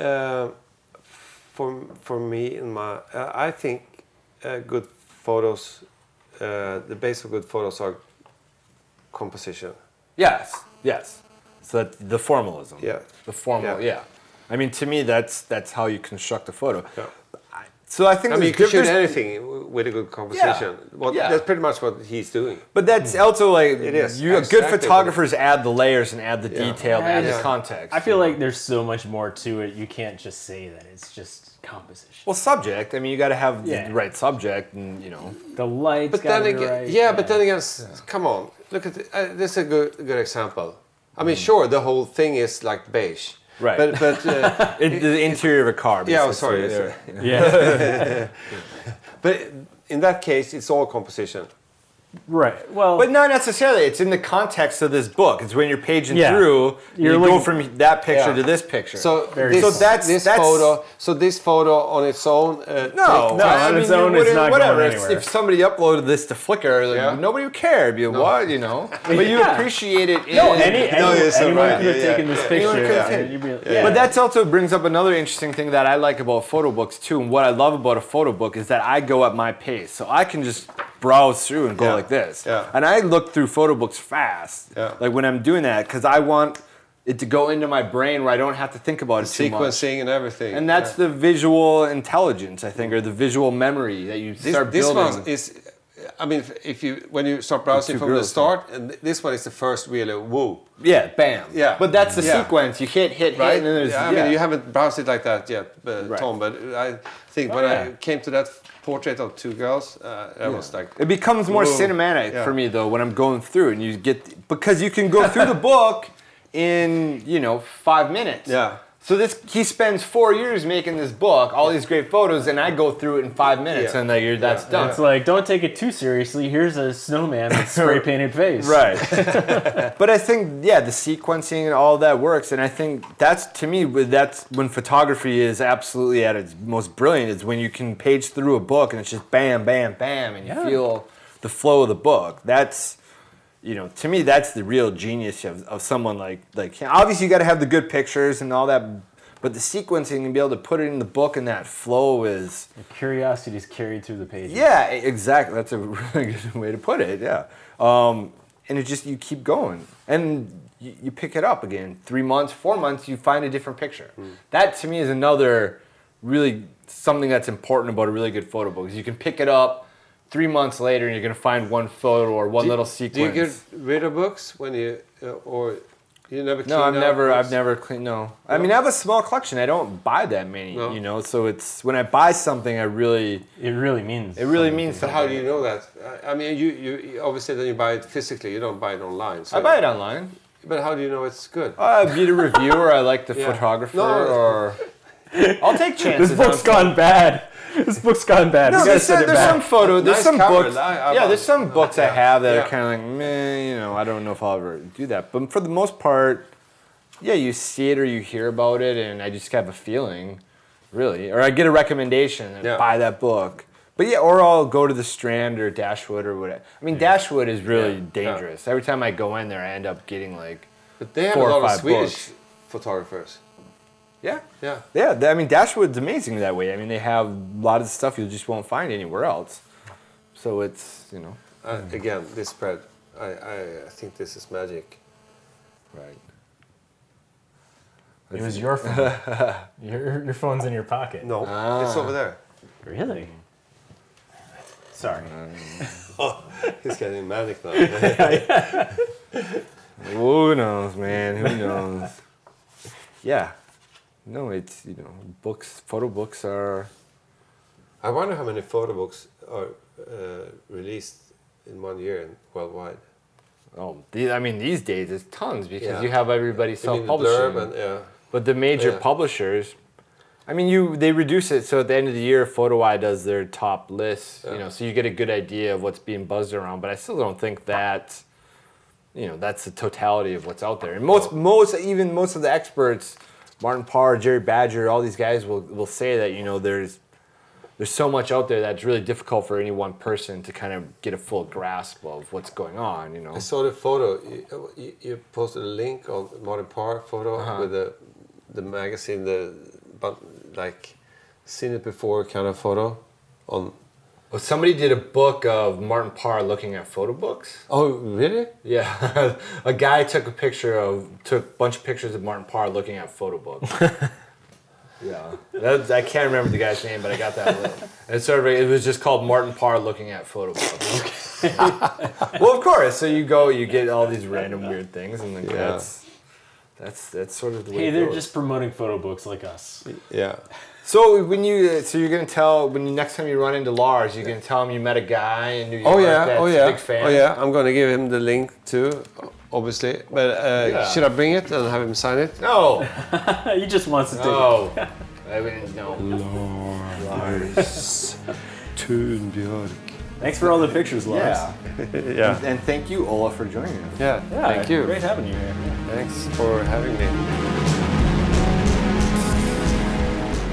S3: uh, for for me in my uh, I think uh, good photos, uh, the base of good photos are composition.
S2: Yes. Yes. So that's the formalism.
S3: Yeah.
S2: The formal. Yeah.
S3: Yeah.
S2: I mean, to me, that's that's how you construct a photo.
S3: Yeah.
S2: I- So I think
S3: I mean, you
S2: there's
S3: can shoot
S2: different-
S3: anything w- with a good composition. What,
S2: yeah.
S3: That's pretty much what he's doing.
S2: but that's also like
S3: Hmm. is.
S2: You, good
S3: Exactly.
S2: photographers add the layers and add the
S3: Yeah.
S2: detail, and add the
S3: Yeah.
S2: context.
S4: I feel like there's so much more to it. You can't just say that it's just composition.
S2: well, subject. I mean, you got to have
S4: Yeah.
S2: the right subject, and you know.
S4: the lights
S3: But
S4: gotta
S3: then
S4: be
S3: again,
S4: right.
S3: yeah, but then again, s- come on, look at the, uh, this is a good good example. I mean, sure, the whole thing is like beige,
S2: Right.
S3: But but uh,
S2: It, the interior of a car.
S3: yeah, oh,
S2: basically.
S3: sorry, it's-
S4: yeah, (laughs)
S3: but in that case, it's all composition.
S4: right. Well,
S2: But not necessarily. It's in the context of this book. It's when you're paging
S4: Yeah.
S2: through, you
S4: You're
S2: go
S4: looking-
S2: from that picture
S3: Yeah.
S2: to this picture.
S3: So
S4: Very
S3: this,
S4: So
S2: that's-
S3: this
S2: that's-
S3: photo. So this photo on its own. Uh,
S2: No,
S3: take-
S4: No,
S2: I
S4: on
S2: mean,
S4: its own,
S2: you
S4: it's
S2: wouldn't-
S4: not going
S2: whatever. If-
S4: anywhere.
S2: If, somebody uploaded this to Flickr, like,
S3: Yeah.
S2: nobody would care. It'd be what you
S3: (laughs)
S2: know, but you
S4: Yeah.
S2: appreciate it.
S4: no,
S2: in-
S4: any,
S3: No,
S4: any-
S3: you're so
S4: anyone
S3: right.
S4: could have
S3: Yeah,
S4: taken
S3: yeah.
S4: this
S2: Anyone
S4: picture.
S2: could've
S4: and
S2: taken-
S4: you'd be like,
S2: But that also brings up another interesting thing that I like about photo books too, and what I love about a photo book is that I go at my pace, so I can just browse through and go
S3: Yeah.
S2: like this.
S3: Yeah.
S2: And I look through photo books fast,
S3: Yeah.
S2: like when I'm doing that, because I want it to go into my brain where I don't have to think about it too much.
S3: sequencing and everything.
S2: And that's the visual intelligence, I think, or the visual memory that you
S3: this,
S2: start
S3: this
S2: building.
S3: one is I mean, if- if you when you start browsing
S2: two
S3: from the
S2: girls,
S3: start, and th- this one is the first really whoa,
S2: Yeah, bam.
S3: Yeah.
S2: But that's the
S3: Yeah.
S2: sequence. You hit, hit,
S3: right?
S2: hit, and then there's.
S3: yeah, I
S2: yeah.
S3: mean, you haven't browsed it like that yet, uh,
S2: Right. Oh,
S3: Tom. But I think when I came to that portrait of two girls, uh, that was like
S2: It becomes more
S3: Whoa.
S2: cinematic
S3: Yeah.
S2: for me though when I'm going through and you get because you can go through the book in you know five minutes.
S3: Yeah.
S2: So this he spends four years making this book, all these great photos, and I go through it in five minutes,
S3: Yeah.
S2: and like, you're, that's done.
S4: It's like don't take it too seriously. Here's a snowman with spray painted face.
S2: Right. but I think yeah, the sequencing and all that works, and I think that's to me with- that's when photography is absolutely at its most brilliant. Is when you can page through a book and it's just bam, bam, bam, and you
S4: Yeah.
S2: feel the flow of the book. That's you know, to me, that's the real genius of, of someone like like him. Obviously, you got to have the good pictures and all that, but the sequencing and be able to put it in the book and that flow is.
S4: Curiosity is carried through the pages.
S2: Yeah, e- exactly. That's a (laughs) really good way to put it. Yeah, um, and it just you keep going, and you, you pick it up again. Three months, four months, you find a different picture.
S3: Hmm.
S2: That to me is another really something that's important about a really good photo book. Is you can pick it up three months later, and you're gonna find one photo or one
S3: Do you-
S2: little sequence.
S3: Do you get rid of books when you uh, or you
S2: No,
S3: never? clean
S2: I've
S3: out
S2: never,
S3: books?
S2: I've never cleaned. No, I mean I have a small collection. I don't buy that many,
S3: No.
S2: you know. So it's when I buy something, I really,
S4: It really means.
S2: it really
S4: something.
S2: means.
S3: But how do you know that? I- I mean, you, you you- obviously then you buy it physically. You don't buy it online. So
S2: I buy it online.
S3: But how do you know it's good?
S2: Uh, I beat a reviewer. I like the
S3: Yeah.
S2: photographer,
S3: No,
S2: or I'll take chances.
S4: This book's
S2: on-
S4: gone bad. This book's gone bad.
S2: No,
S4: we gotta
S2: there's,
S4: send it
S2: there's
S4: back.
S2: some photo. There's
S3: Nice
S2: some
S3: cover.
S2: books.
S3: I- I
S2: yeah,
S3: love-
S2: there's some books I
S3: yeah,
S2: have that
S3: yeah.
S2: are kind of like, meh, you know, I don't know if I'll ever do that. But for the most part, yeah, you see it or you hear about it, and I just have a feeling, really, or I get a recommendation and
S3: Yeah.
S2: buy that book. But yeah, or I'll go to the Strand or Dashwood or whatever. I mean, Dashwood is really
S3: Yeah.
S2: dangerous. Every time I go in there, I end up getting like,
S3: But they have
S2: Four
S3: a
S2: or
S3: lot of
S2: five
S3: Swedish
S2: books.
S3: photographers.
S2: yeah,
S3: Yeah.
S2: Yeah, th- I mean Dashwood's amazing that way. I mean they have a lot of stuff you just won't find anywhere else. So it's you know
S3: Uh, again, this spread. I, I I think this is magic.
S2: right.
S4: It was your phone. your, your phone's in your pocket.
S3: No, it's over there.
S4: Really? Sorry.
S3: He's getting manic (laughs) now.
S2: (laughs) Who knows, man? Who knows? yeah, no, it's you know books, photo books are
S3: I wonder how many photo books are uh, released in one year and worldwide.
S2: oh the, I mean these days it's tons because
S3: Yeah.
S2: you have everybody
S3: I
S2: self
S3: mean, the blurb
S2: publishing.
S3: and yeah.
S2: But the major
S3: Yeah.
S2: publishers, I mean, you they reduce it so at the end of the year, PhotoEye does their top list, you
S3: Yeah.
S2: know, so you get a good idea of what's being buzzed around. But I still don't think that, you know, that's the totality of what's out there. And most, most, even most of the experts, Martin Parr, Jerry Badger, all these guys will will say that you know there's there's so much out there that's really difficult for any one person to kind of get a full grasp of what's going on. You know,
S3: I saw the photo. You, you, you posted a link on Modern Park photo with the the magazine, the but like seen it before kind of photo. On
S2: well, somebody did a book of Martin Parr looking at photo books.
S3: oh really?
S2: Yeah, (laughs) a guy took a picture of took a bunch of pictures of Martin Parr looking at photo
S3: (laughs)
S2: books. yeah, that, I can't remember the guy's name, but I got that. Little. And sort of, it was just called Martin Parr looking at photo books. (laughs) well, of course. So you go, you get all these random weird things, and then that's that's that's sort of the way.
S5: Hey,
S2: it
S5: they're
S2: goes.
S5: just promoting photo books like us.
S3: Yeah.
S2: so when you so you're gonna tell when you, next time you run into Lars, you're gonna tell him you met a guy in New York
S3: Oh yeah.
S2: that's
S3: Oh
S2: a
S3: yeah.
S2: big fan.
S3: Oh yeah. I'm gonna give him the link too, obviously. But uh,
S2: Yeah.
S3: should I bring it and have him sign it?
S2: No.
S4: (laughs) he just wants to take it.
S2: No. I wouldn't know.
S3: Tunbjörk.
S4: Thanks for all the pictures, Lars.
S2: Yeah.
S3: yeah.
S2: And thank you, Ola, for joining us.
S3: Yeah.
S4: Yeah,
S3: Thank you.
S4: Great having you here.
S3: Thanks for having me.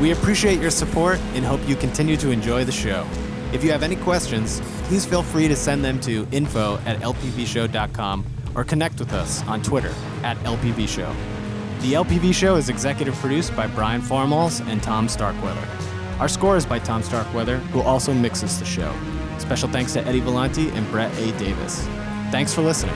S1: We appreciate your support and hope you continue to enjoy the show. If you have any questions, please feel free to send them to info at lpvshow.com or connect with us on Twitter at lpvshow. The LPV Show is executive produced by Brian Farmalls and Tom Starkweather. Our score is by Tom Starkweather, who also mixes the show. Special thanks to Eddie Vellante and Brett A. Davis. Thanks for listening.